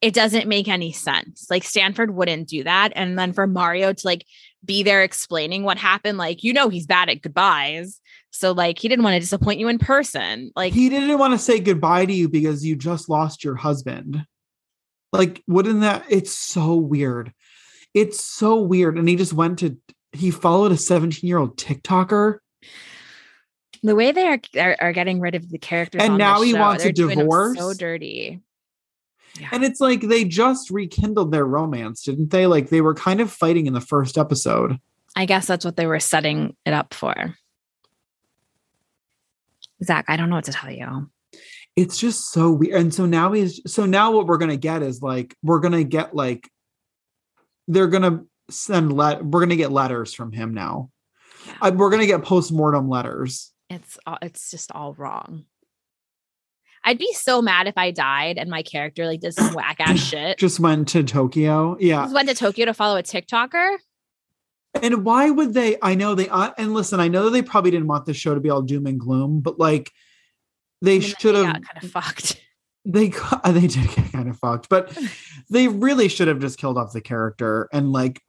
Speaker 1: it doesn't make any sense. Like Stanford wouldn't do that, and then for Mario to like be there explaining what happened, like you know he's bad at goodbyes, so like he didn't want to disappoint you in person. Like
Speaker 2: he didn't want to say goodbye to you because you just lost your husband. Like, wouldn't that? It's so weird. It's so weird. And he just went to, he followed a 17 year old TikToker
Speaker 1: the way they are are, are getting rid of the characters,
Speaker 2: And
Speaker 1: on
Speaker 2: now
Speaker 1: this
Speaker 2: he
Speaker 1: show,
Speaker 2: wants a
Speaker 1: they're doing them
Speaker 2: divorce?
Speaker 1: So dirty.
Speaker 2: And it's like they just rekindled their romance, didn't they? Like they were kind of fighting in the first episode.
Speaker 1: I guess that's what they were setting it up for. Zach, I don't know what to tell you.
Speaker 2: It's just so weird. And so now he's, so now what we're going to get is like, we're going to get like, they're going to send, let, we're going to get letters from him now.
Speaker 1: Yeah.
Speaker 2: Uh, we're going to get post mortem letters.
Speaker 1: It's all, it's just all wrong. I'd be so mad if I died and my character like did some whack ass shit.
Speaker 2: Just uh, went to Tokyo. Yeah.
Speaker 1: Just went to Tokyo to follow a TikToker.
Speaker 2: And why would they? I know they, uh, and listen, I know that they probably didn't want the show to be all doom and gloom, but like they
Speaker 1: and then
Speaker 2: should have,
Speaker 1: got kind of fucked.
Speaker 2: they, ca- they did get kind of fucked, but they really should have just killed off the character. And like,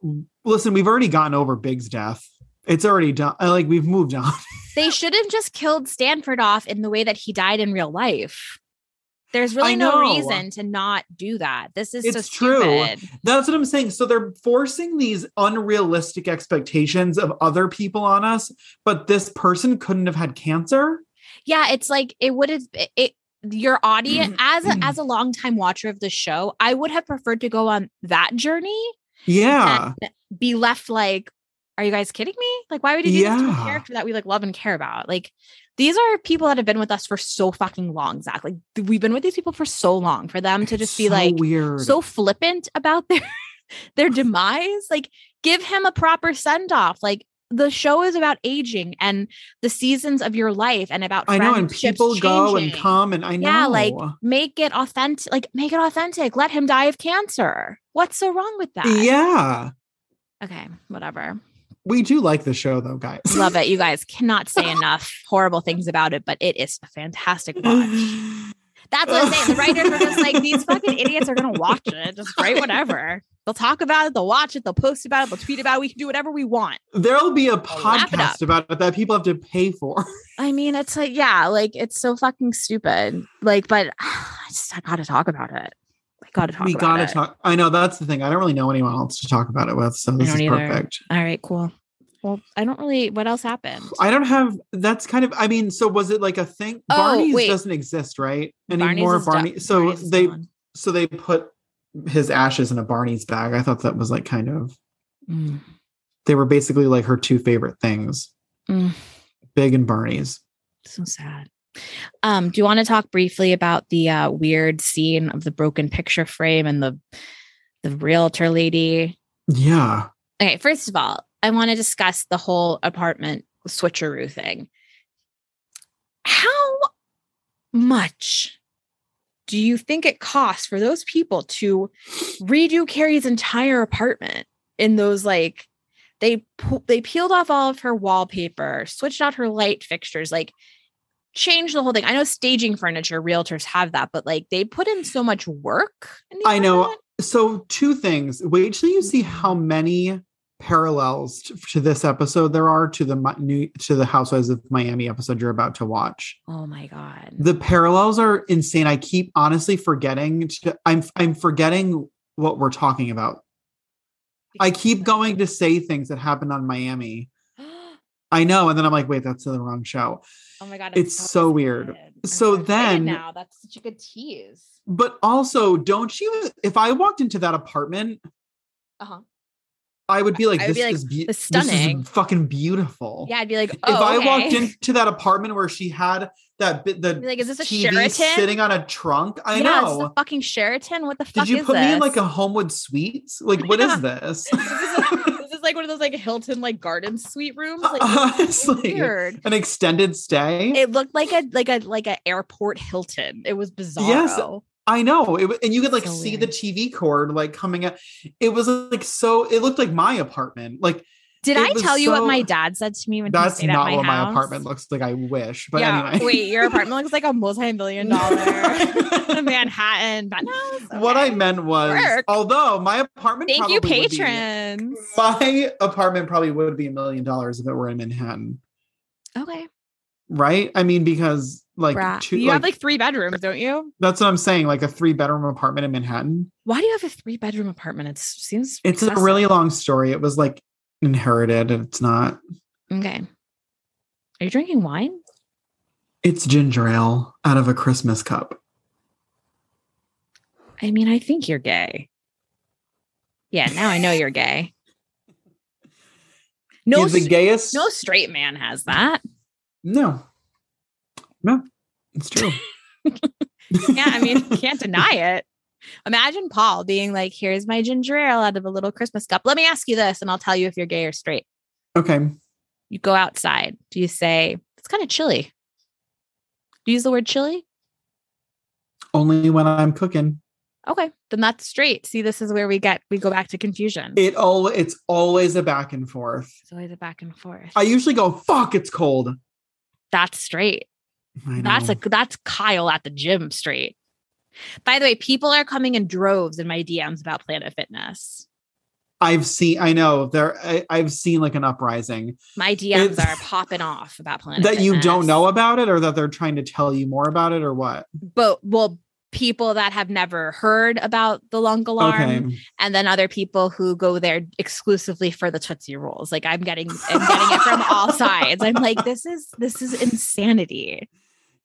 Speaker 2: listen, we've already gotten over Big's death. It's already done. I, Like, we've moved on.
Speaker 1: They
Speaker 2: Oh.
Speaker 1: should have just killed Stanford off in the way that he died in real life. There's really
Speaker 2: I
Speaker 1: no
Speaker 2: know.
Speaker 1: reason to not do that. This is so
Speaker 2: It's true.
Speaker 1: stupid.
Speaker 2: That's what I'm saying. So they're forcing these unrealistic expectations of other people on us, but this person couldn't have had cancer.
Speaker 1: Yeah, it's like it would have it, it- your audience
Speaker 2: Mm-hmm.
Speaker 1: as a as a longtime watcher of the show, I would have preferred to go on that journey,
Speaker 2: Yeah.
Speaker 1: be left like, are you guys kidding me? Like, why would you do this to
Speaker 2: Yeah.
Speaker 1: a character that we like love and care about? Like, these are people that have been with us for so fucking long, Zach. Like, th- we've been with these people for so long. For them to just be
Speaker 2: So
Speaker 1: like
Speaker 2: weird.
Speaker 1: so flippant about their their demise, like, give him a proper send off. Like, the show is about aging and the seasons of your life and about
Speaker 2: I know, and
Speaker 1: friendships
Speaker 2: people go and
Speaker 1: changing.
Speaker 2: come, and I know.
Speaker 1: Yeah, like make it authentic. Like make it authentic. Let him die of cancer. What's so wrong with that?
Speaker 2: yeah,
Speaker 1: Okay. Whatever.
Speaker 2: we do like the show though, guys.
Speaker 1: Love it. You guys cannot say enough horrible things about it, but it is a fantastic watch. That's what I'm saying. The writers were just like, these fucking idiots are gonna watch it. Just write whatever. They'll talk about it, they'll watch it, they'll post about it, they'll tweet about it. We can do whatever we want.
Speaker 2: There'll be a
Speaker 1: wrap it
Speaker 2: podcast about it that people have to pay for.
Speaker 1: I mean, it's like, yeah, like it's so fucking stupid. Like, but I just I gotta talk about it. I gotta talk
Speaker 2: we
Speaker 1: about
Speaker 2: gotta
Speaker 1: it.
Speaker 2: talk. I know that's the thing. I don't really know anyone else to talk about it with, so this
Speaker 1: don't
Speaker 2: is
Speaker 1: either.
Speaker 2: perfect.
Speaker 1: All right, cool. Well, I don't really what else happened?
Speaker 2: I don't have. That's kind of. I mean, so was it like a thing?
Speaker 1: Oh,
Speaker 2: Barney's
Speaker 1: wait.
Speaker 2: doesn't exist, right?
Speaker 1: Barney's
Speaker 2: Anymore.
Speaker 1: is do-
Speaker 2: Barney. So
Speaker 1: Barney's is
Speaker 2: they.
Speaker 1: gone.
Speaker 2: So they put his ashes in a Barney's bag. I thought that was like kind of.
Speaker 1: Mm,
Speaker 2: They were basically like her two favorite things.
Speaker 1: mm,
Speaker 2: Big and Barney's.
Speaker 1: so sad. Um, do you want to talk briefly about the uh, weird scene of the broken picture frame and the the realtor lady?
Speaker 2: Yeah.
Speaker 1: Okay, first of all, I want to discuss the whole apartment switcheroo thing. How much do you think it costs for those people to redo Carrie's entire apartment in those like they pu- they peeled off all of her wallpaper, switched out her light fixtures, like changed the whole thing. I know staging furniture realtors have that, but like they put in so much work. in the
Speaker 2: I know.
Speaker 1: apartment.
Speaker 2: So two things. Wait till you see how many parallels t- to this episode there are to the Mi- new to the Housewives of Miami episode you're about to watch.
Speaker 1: Oh my god.
Speaker 2: The parallels are insane. I keep honestly forgetting to, I'm I'm forgetting what we're talking about. I keep going to say things that happened on Miami.
Speaker 1: oh
Speaker 2: I know, and then I'm like, wait, that's the wrong show.
Speaker 1: my god,
Speaker 2: It's so weird.
Speaker 1: excited.
Speaker 2: So
Speaker 1: excited
Speaker 2: then-
Speaker 1: now that's such a good tease.
Speaker 2: But also, don't you if I walked into that apartment
Speaker 1: Uh-huh.
Speaker 2: I would be like,
Speaker 1: I
Speaker 2: this,
Speaker 1: would be like,
Speaker 2: is be-
Speaker 1: "This is
Speaker 2: this
Speaker 1: stunning."
Speaker 2: is fucking beautiful.
Speaker 1: Yeah, I'd be like,
Speaker 2: if
Speaker 1: oh,
Speaker 2: I walked
Speaker 1: okay.
Speaker 2: into that apartment where she had that bit, the
Speaker 1: Be like, is this a
Speaker 2: TV
Speaker 1: Sheraton?
Speaker 2: sitting on a trunk, I
Speaker 1: yeah,
Speaker 2: know.
Speaker 1: Is this a fucking Sheraton? What the fuck
Speaker 2: Did you
Speaker 1: is
Speaker 2: put
Speaker 1: this?
Speaker 2: me in like a Homewood Suites? Like, what is this?
Speaker 1: this is like one of those like Hilton like garden suite rooms. Like it's
Speaker 2: Honestly,
Speaker 1: weird.
Speaker 2: an extended stay.
Speaker 1: It looked like a like a like a airport Hilton. It was bizarre.
Speaker 2: I know. It, wa- and you could like
Speaker 1: So
Speaker 2: see
Speaker 1: weird.
Speaker 2: the TV cord like coming out. It was like so. It looked like my apartment. Like
Speaker 1: Did
Speaker 2: It
Speaker 1: I
Speaker 2: was
Speaker 1: tell you what
Speaker 2: so-
Speaker 1: my dad said to me when he
Speaker 2: that's
Speaker 1: stayed
Speaker 2: not
Speaker 1: at my
Speaker 2: what
Speaker 1: house?
Speaker 2: my apartment looks like. I wish. But
Speaker 1: yeah.
Speaker 2: anyway,
Speaker 1: Wait, your apartment looks like a multi-million dollar Manhattan. But no, it's
Speaker 2: what I
Speaker 1: okay.
Speaker 2: meant was,
Speaker 1: Work.
Speaker 2: although my apartment,
Speaker 1: Thank you,
Speaker 2: probably would be-
Speaker 1: patrons.
Speaker 2: my apartment probably would be a million dollars if it were in Manhattan,
Speaker 1: Okay.
Speaker 2: right? I mean, because like
Speaker 1: Right.
Speaker 2: two,
Speaker 1: you
Speaker 2: like,
Speaker 1: have like three bedrooms, don't you?
Speaker 2: that's what I'm saying. Like a three bedroom apartment in Manhattan.
Speaker 1: Why do you have a three bedroom apartment? It seems
Speaker 2: It's a
Speaker 1: excessive.
Speaker 2: really long story. It was like inherited. and It's not.
Speaker 1: okay. Are you drinking wine?
Speaker 2: It's ginger ale out of a Christmas cup.
Speaker 1: I mean, I think you're gay. Yeah, now I know you're gay. No,
Speaker 2: He's the
Speaker 1: s-
Speaker 2: gayest.
Speaker 1: no straight man has that.
Speaker 2: no, no, it's true.
Speaker 1: Yeah, I mean, can't deny it. Imagine Paul being like, "Here's my ginger ale out of a little Christmas cup. Let me ask you this, and I'll tell you if you're gay or straight."
Speaker 2: okay.
Speaker 1: You go outside. Do you say it's kind of chilly? Do you use the word chilly?
Speaker 2: Only when I'm cooking.
Speaker 1: Okay, then that's straight. See, this is where we get we go back to confusion.
Speaker 2: It all. It's always a back and forth.
Speaker 1: it's always a back and forth.
Speaker 2: I usually go, "Fuck, it's cold."
Speaker 1: that's straight.
Speaker 2: I
Speaker 1: That's
Speaker 2: know.
Speaker 1: a that's Kyle at the gym straight. By the way, people are coming in droves in my DMs about Planet Fitness.
Speaker 2: I've seen. I know there. I, I've seen like an uprising
Speaker 1: My DMs
Speaker 2: It's-
Speaker 1: are popping off about Planet
Speaker 2: that you don't
Speaker 1: Fitness.
Speaker 2: know about it, or that they're trying to tell you more about it, or what.
Speaker 1: But well, people that have never heard about the lung alarm,
Speaker 2: Okay.
Speaker 1: and then other people who go there exclusively for the Tootsie Rolls. Like I'm getting I'm getting it from all sides. I'm like, this is this is insanity.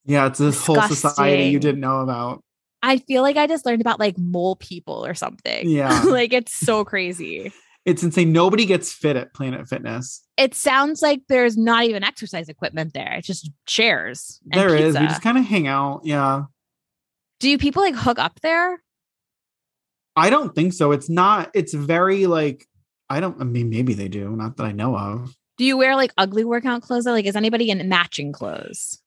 Speaker 2: Yeah, it's this whole society
Speaker 1: Disgusting.
Speaker 2: you didn't know about.
Speaker 1: I feel like I just learned about like mole people or something.
Speaker 2: Yeah.
Speaker 1: like it's so crazy.
Speaker 2: It's insane. Nobody gets fit at Planet Fitness.
Speaker 1: it sounds like there's not even exercise equipment there. It's just chairs. And
Speaker 2: There is.
Speaker 1: pizza.
Speaker 2: We just kind of hang out. Yeah.
Speaker 1: Do people like hook up there?
Speaker 2: I don't think so. It's not, it's very like, I don't, I mean, maybe they do, not that I know of.
Speaker 1: Do you wear like ugly workout clothes? Or, like, is anybody in matching clothes?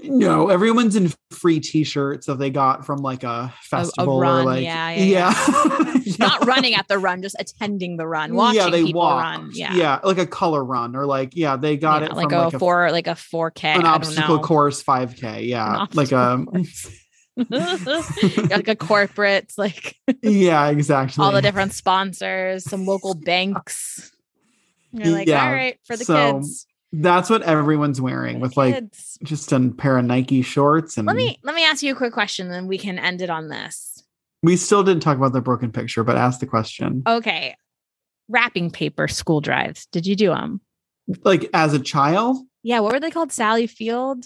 Speaker 2: No, everyone's in free t shirts that they got from like a festival
Speaker 1: run,
Speaker 2: or like,
Speaker 1: yeah, yeah,
Speaker 2: Yeah.
Speaker 1: Not running at the run, just attending the run, watching people run. Yeah,
Speaker 2: yeah, like a color run or like, yeah, they got
Speaker 1: Yeah,
Speaker 2: it
Speaker 1: like
Speaker 2: from
Speaker 1: a
Speaker 2: like a,
Speaker 1: four, like a four k.
Speaker 2: an obstacle
Speaker 1: course.
Speaker 2: course 5K. Yeah. Like um, a,
Speaker 1: like a corporates, like
Speaker 2: yeah, exactly.
Speaker 1: all the different sponsors, some local banks. You're like,
Speaker 2: Yeah,
Speaker 1: all right, for the
Speaker 2: so
Speaker 1: kids,
Speaker 2: That's what everyone's
Speaker 1: for
Speaker 2: wearing
Speaker 1: the
Speaker 2: with like
Speaker 1: kids.
Speaker 2: just a pair of Nike shorts. And
Speaker 1: Let me let me ask you a quick question, then we can end it on this.
Speaker 2: we still didn't talk about the broken picture, but ask the question.
Speaker 1: Okay, wrapping paper school drives. Did you do them?
Speaker 2: like as a child
Speaker 1: Yeah, what were they called? Sally Field,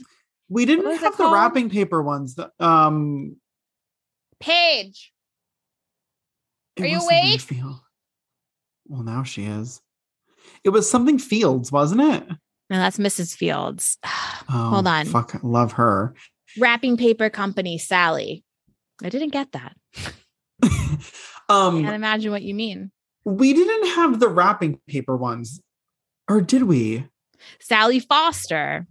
Speaker 2: we
Speaker 1: What
Speaker 2: didn't
Speaker 1: was it
Speaker 2: have the
Speaker 1: called?
Speaker 2: wrapping paper ones th- um
Speaker 1: Paige.
Speaker 2: it
Speaker 1: Are you
Speaker 2: was something
Speaker 1: awake?
Speaker 2: Field- well now she is it was something fields wasn't it
Speaker 1: No, that's Mrs. Fields.
Speaker 2: oh,
Speaker 1: Hold on.
Speaker 2: fuck I love her
Speaker 1: wrapping paper company, Sally. I didn't get that.
Speaker 2: um Mm.
Speaker 1: Can't imagine what you mean.
Speaker 2: we didn't have the wrapping paper ones or did we
Speaker 1: Sally Foster.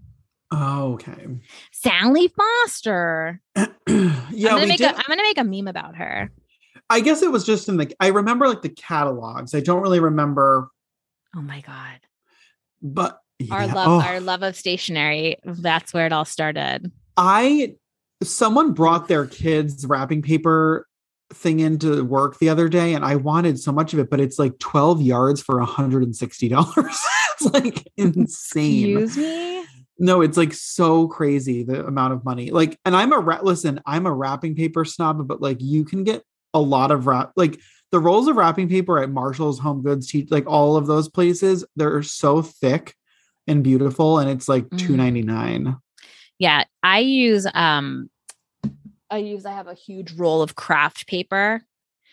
Speaker 2: oh okay
Speaker 1: Sally Foster. I'm
Speaker 2: yeah
Speaker 1: gonna
Speaker 2: we
Speaker 1: make
Speaker 2: did
Speaker 1: a, I'm gonna make a meme about her.
Speaker 2: i guess it was just in the i remember like the catalogs i don't really remember
Speaker 1: Oh my god.
Speaker 2: but
Speaker 1: Our
Speaker 2: yeah,
Speaker 1: love,
Speaker 2: oh.
Speaker 1: our love of stationery. That's where it all started.
Speaker 2: I someone brought their kids wrapping paper thing into work the other day and I wanted so much of it, but it's like 12 yards for $160. it's like insane.
Speaker 1: Excuse me.
Speaker 2: No, it's like so crazy the amount of money. Like, and I'm a rat listen, I'm a wrapping paper snob, but like you can get a lot of wrap like the rolls of wrapping paper at Marshall's Home Goods, Te- like all of those places, they're so thick and beautiful, and it's like
Speaker 1: Mm.
Speaker 2: two ninety nine.
Speaker 1: Yeah, I use um I use I have a huge roll of craft paper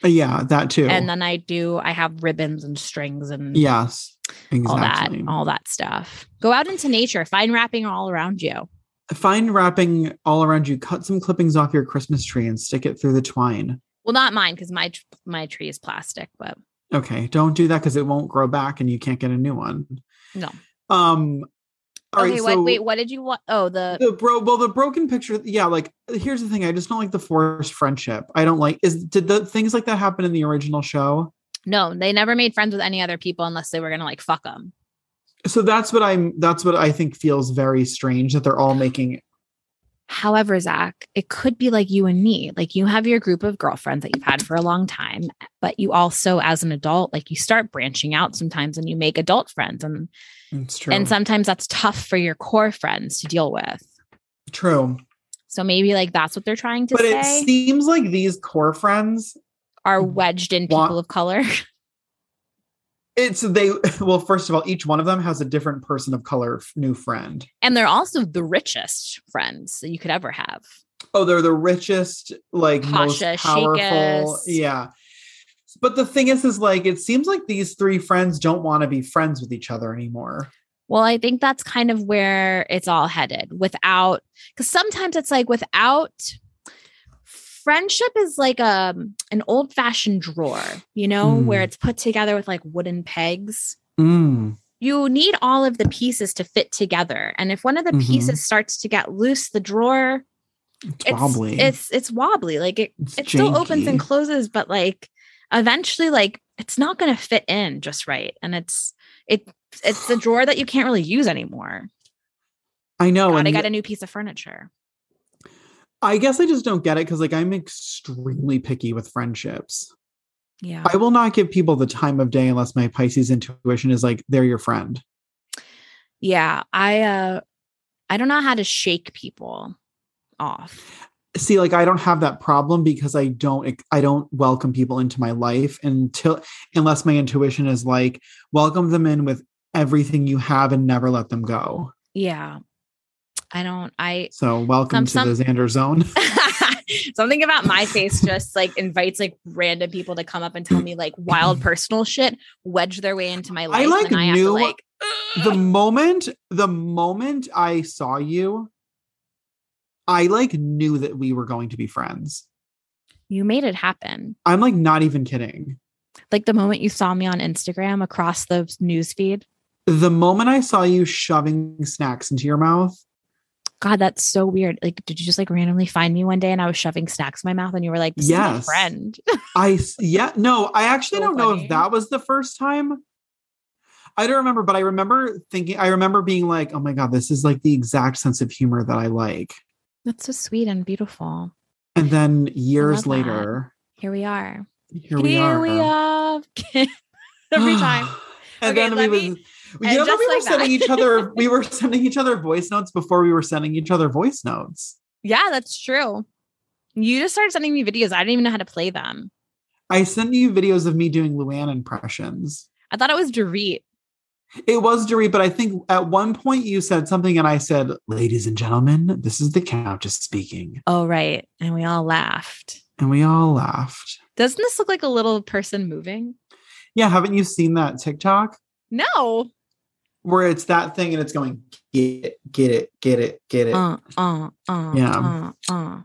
Speaker 2: Yeah, that too.
Speaker 1: And then I do I have ribbons and strings and
Speaker 2: yes,
Speaker 1: Mm-hmm. all
Speaker 2: exactly.
Speaker 1: that all that stuff. Go out into nature, find wrapping all around you.
Speaker 2: Find wrapping all around you. Cut some clippings off your Christmas tree and stick it through the twine.
Speaker 1: Well, not mine because my tr- my tree is plastic, but
Speaker 2: Okay, don't do that because it won't grow back and you can't get a new one.
Speaker 1: No.
Speaker 2: Um. All right.
Speaker 1: okay.
Speaker 2: so
Speaker 1: what, wait, what did you want? Oh, the
Speaker 2: the bro well the broken picture yeah like here's the thing i just don't like the forced friendship i don't like is did the things like that happen in the original show
Speaker 1: no, they never made friends with any other people unless they were gonna like fuck them.
Speaker 2: so that's what i'm that's what i think feels very strange that they're all making
Speaker 1: However, Zach, it could be like you and me. Like you have your group of girlfriends that you've had for a long time, but you also, as an adult, like you start branching out sometimes and you make adult friends. And
Speaker 2: it's true
Speaker 1: and sometimes that's tough for your core friends to deal with.
Speaker 2: true
Speaker 1: So maybe like that's what they're trying to
Speaker 2: but it
Speaker 1: say
Speaker 2: seems like these core friends
Speaker 1: are wedged in
Speaker 2: Wa-
Speaker 1: people of color.
Speaker 2: it's they well first of all each one of them has a different person of color f- new friend
Speaker 1: And they're also the richest friends that you could ever have.
Speaker 2: oh they're the richest like
Speaker 1: Pasha,
Speaker 2: most powerful
Speaker 1: Sheikas.
Speaker 2: yeah but the thing is is like it seems like these three friends don't want to be friends with each other anymore
Speaker 1: Well, I think that's kind of where it's all headed without, because sometimes it's like without friendship is like a, an old fashioned drawer, you know,
Speaker 2: Mm.
Speaker 1: where it's put together with like wooden pegs.
Speaker 2: Mm.
Speaker 1: You need all of the pieces to fit together. And if one of the
Speaker 2: Mhm.
Speaker 1: pieces starts to get loose, the drawer it's
Speaker 2: wobbly.
Speaker 1: It's it's wobbly. Like it
Speaker 2: It's
Speaker 1: it still opens and
Speaker 2: janky.
Speaker 1: closes, but like eventually, like it's not going to fit in just right, and it's it it's a drawer that you can't really use anymore.
Speaker 2: I know.
Speaker 1: God,
Speaker 2: Oh, and
Speaker 1: I got a new piece of furniture.
Speaker 2: I guess I just don't get it because, like, I'm extremely picky with friendships.
Speaker 1: Yeah,
Speaker 2: I will not give people the time of day unless my Pisces intuition is like, they're your friend.
Speaker 1: yeah. I uh, I don't know how to shake people off.
Speaker 2: See, like, I don't have that problem because I don't, I don't welcome people into my life until, unless my intuition is like, welcome them in with everything you have and never let them go.
Speaker 1: Yeah, I don't. I
Speaker 2: So, welcome
Speaker 1: Some-
Speaker 2: to the Xander zone.
Speaker 1: something about my face just like invites like random people to come up and tell me like wild personal shit, wedge their way into my life,
Speaker 2: like,
Speaker 1: and I have to
Speaker 2: knew-
Speaker 1: like.
Speaker 2: the moment the moment I saw you, I like knew that we were going to be friends.
Speaker 1: You made it happen.
Speaker 2: I'm like not even kidding.
Speaker 1: Like the moment you saw me on Instagram across the newsfeed.
Speaker 2: The moment I saw you shoving snacks into your mouth,
Speaker 1: God, that's so weird. Like, did you just like randomly find me one day and I was shoving snacks in my mouth and you were like, this
Speaker 2: Yes.
Speaker 1: is my friend.
Speaker 2: I s- yeah, no, I actually
Speaker 1: So
Speaker 2: don't know
Speaker 1: funny.
Speaker 2: if that was the first time. I don't remember, but I remember thinking I remember being like, "Oh my god, this is like the exact sense of humor that I like."
Speaker 1: That's so sweet and beautiful.
Speaker 2: And then years
Speaker 1: love that.
Speaker 2: later,
Speaker 1: Here we are.
Speaker 2: here we are.
Speaker 1: we are. Every time.
Speaker 2: and
Speaker 1: Okay,
Speaker 2: then we
Speaker 1: let
Speaker 2: was,
Speaker 1: me-
Speaker 2: you
Speaker 1: and
Speaker 2: know, that
Speaker 1: just
Speaker 2: we were
Speaker 1: like that.
Speaker 2: sending each other, we were sending each other voice notes before we were sending each other voice notes.
Speaker 1: Yeah, that's true. You just started sending me videos. I didn't even know how to play them.
Speaker 2: I sent you videos of me doing Luann impressions.
Speaker 1: I thought it was Dorit.
Speaker 2: It was Dorit, but I think at one point you said something, and I said, "Ladies and gentlemen, this is the Countess speaking,"
Speaker 1: Oh, right. And we all laughed.
Speaker 2: and we all laughed.
Speaker 1: Doesn't this look like a little person moving?
Speaker 2: Yeah, haven't you seen that TikTok
Speaker 1: No.
Speaker 2: where it's that thing and it's going, "Get it, get it, get it, get it."
Speaker 1: Uh, uh, uh,
Speaker 2: Yeah.
Speaker 1: uh, uh.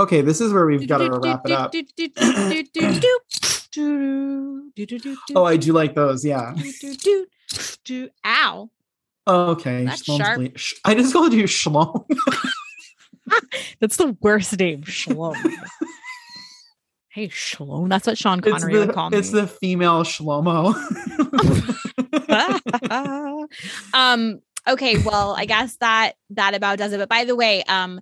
Speaker 2: okay, this is where we've got to wrap it up. Oh, I do like those. Yeah.
Speaker 1: Ow.
Speaker 2: Okay.
Speaker 1: That's
Speaker 2: Shlomo's
Speaker 1: sharp.
Speaker 2: ble- Sh- I just called you Shlom.
Speaker 1: That's the worst name, Shalom. hey, Shalom. That's what Sean
Speaker 2: it's
Speaker 1: Connery
Speaker 2: the,
Speaker 1: would call me.
Speaker 2: it's the female shlomo.
Speaker 1: um okay well i guess that that about does it but by the way um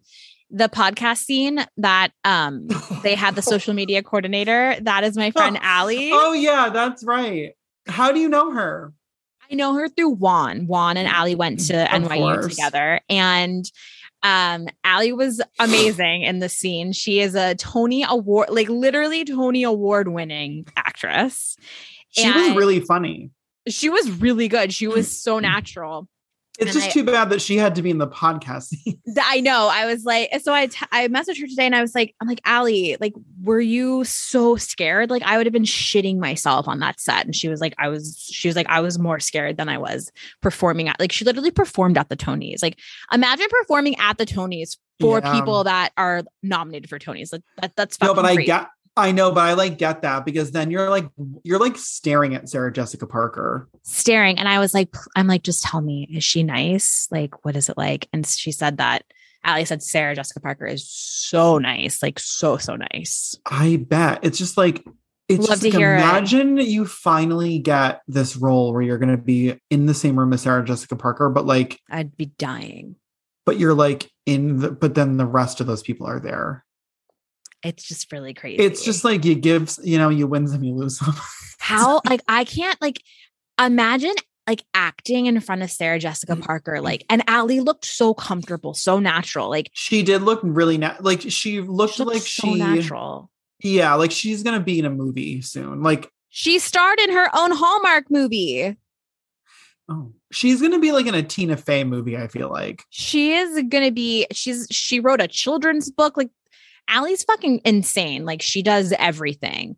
Speaker 1: the podcast scene that um they had the social media coordinator that is my friend Allie.
Speaker 2: oh yeah, that's right. How do you know her?
Speaker 1: I know her through Juan. Juan and Allie went to
Speaker 2: Of
Speaker 1: NYU
Speaker 2: course.
Speaker 1: together. And um Allie was amazing in the scene. She is a Tony Award, like literally Tony Award winning actress.
Speaker 2: She was
Speaker 1: And-
Speaker 2: really funny. Mm.
Speaker 1: She was really good. She was so natural.
Speaker 2: It's
Speaker 1: And
Speaker 2: just
Speaker 1: I-
Speaker 2: too bad that she had to be in the podcast. scene.
Speaker 1: Th- I know. I was like, so I t- I messaged her today and I was like, I'm like, Allie, like, were you so scared? Like, I would have been shitting myself on that set. And she was like, I was, she was like, I was more scared than I was performing at, like, she literally performed at the Tonys. Like, imagine performing at the Tonys for
Speaker 2: Yeah.
Speaker 1: people that are nominated for Tonys. Like, that, that's
Speaker 2: no, but
Speaker 1: fucking
Speaker 2: I
Speaker 1: great.
Speaker 2: get I know, but I like get that because then you're like you're like staring at Sarah Jessica Parker.
Speaker 1: staring and i was like pl- i'm like just tell me is she nice like what is it like and she said that ali said sarah jessica parker is so nice like so so nice
Speaker 2: I bet. It's just like it's
Speaker 1: Love
Speaker 2: just
Speaker 1: to
Speaker 2: like,
Speaker 1: hear it.
Speaker 2: imagine you finally get this role where you're gonna be in the same room as Sarah Jessica Parker, but like
Speaker 1: i'd be dying
Speaker 2: but you're like in the but then the rest of those people are there.
Speaker 1: it's just really crazy
Speaker 2: It's just like you give, you know, you win some, you lose some.
Speaker 1: how like i can't like imagine like acting in front of sarah jessica
Speaker 2: Mm.
Speaker 1: parker like and ali looked so comfortable so natural like
Speaker 2: She did look really na- like she looked,
Speaker 1: she looked
Speaker 2: like
Speaker 1: so
Speaker 2: she
Speaker 1: natural
Speaker 2: yeah, like she's gonna be in a movie soon. Like
Speaker 1: she starred in her own hallmark movie
Speaker 2: oh, she's gonna be like in a Tina Fey movie. I feel like
Speaker 1: She is gonna be. She's she wrote a children's book. Like Allie's fucking insane. Like she does everything.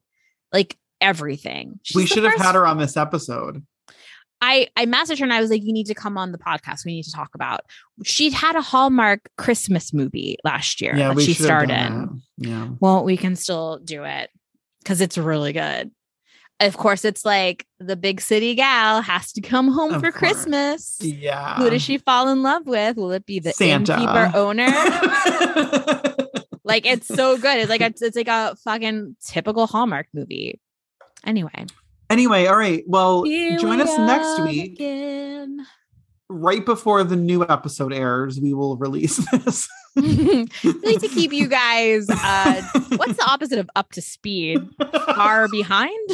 Speaker 1: Like everything.
Speaker 2: we
Speaker 1: She's the
Speaker 2: should have
Speaker 1: first-
Speaker 2: had her on this episode.
Speaker 1: I I messaged her and I was like, "You need to come on the podcast. We need to talk about." She had a Hallmark Christmas movie last year
Speaker 2: Yeah,
Speaker 1: that
Speaker 2: we
Speaker 1: she
Speaker 2: should have
Speaker 1: starred
Speaker 2: done
Speaker 1: in.
Speaker 2: that. Yeah,
Speaker 1: Well, we can still do it because it's really good. Of course, it's like the big city gal has to come home
Speaker 2: Of
Speaker 1: for
Speaker 2: course.
Speaker 1: Christmas.
Speaker 2: yeah.
Speaker 1: Who does she fall in love with? Will it be the
Speaker 2: Santa.
Speaker 1: innkeeper owner? Like it's so good. It's like a, it's like a fucking typical Hallmark movie. Anyway,
Speaker 2: anyway, all right. Well, join us next week,
Speaker 1: Again.
Speaker 2: right before the new episode airs. We will release this.
Speaker 1: Need to keep you guys. Uh, what's the opposite of up to speed? Far behind?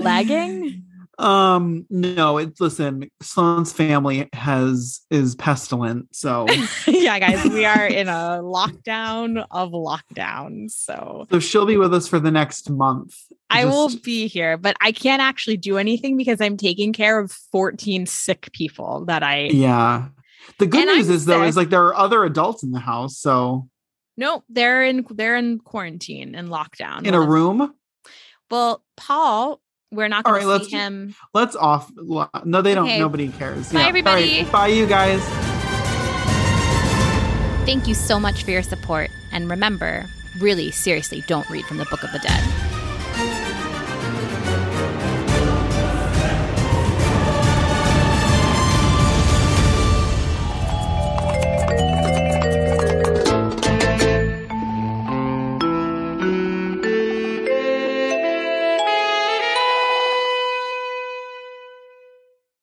Speaker 1: Lagging?
Speaker 2: Um, no, it listen, Sloan's family has is pestilent, so
Speaker 1: yeah, guys, we are in a lockdown of lockdowns. So
Speaker 2: so she'll be with us for the next month.
Speaker 1: I will
Speaker 2: Just-
Speaker 1: be here, but I can't actually do anything because I'm taking care of 14 sick people that I
Speaker 2: Yeah. The good
Speaker 1: And I'm
Speaker 2: news is though, is
Speaker 1: sick.
Speaker 2: like there are other adults in the house, so
Speaker 1: Nope, they're in they're in quarantine and lockdown.
Speaker 2: in a
Speaker 1: Well,
Speaker 2: room.
Speaker 1: Well, Paul, we're not
Speaker 2: All
Speaker 1: going
Speaker 2: right,
Speaker 1: to
Speaker 2: let's-
Speaker 1: see him.
Speaker 2: Let's off no, they don't
Speaker 1: Okay.
Speaker 2: nobody cares.
Speaker 1: Bye,
Speaker 2: All right.
Speaker 1: everybody.
Speaker 2: Bye you guys.
Speaker 1: Thank you so much for your support, and remember, really seriously, don't read from the Book of the Dead.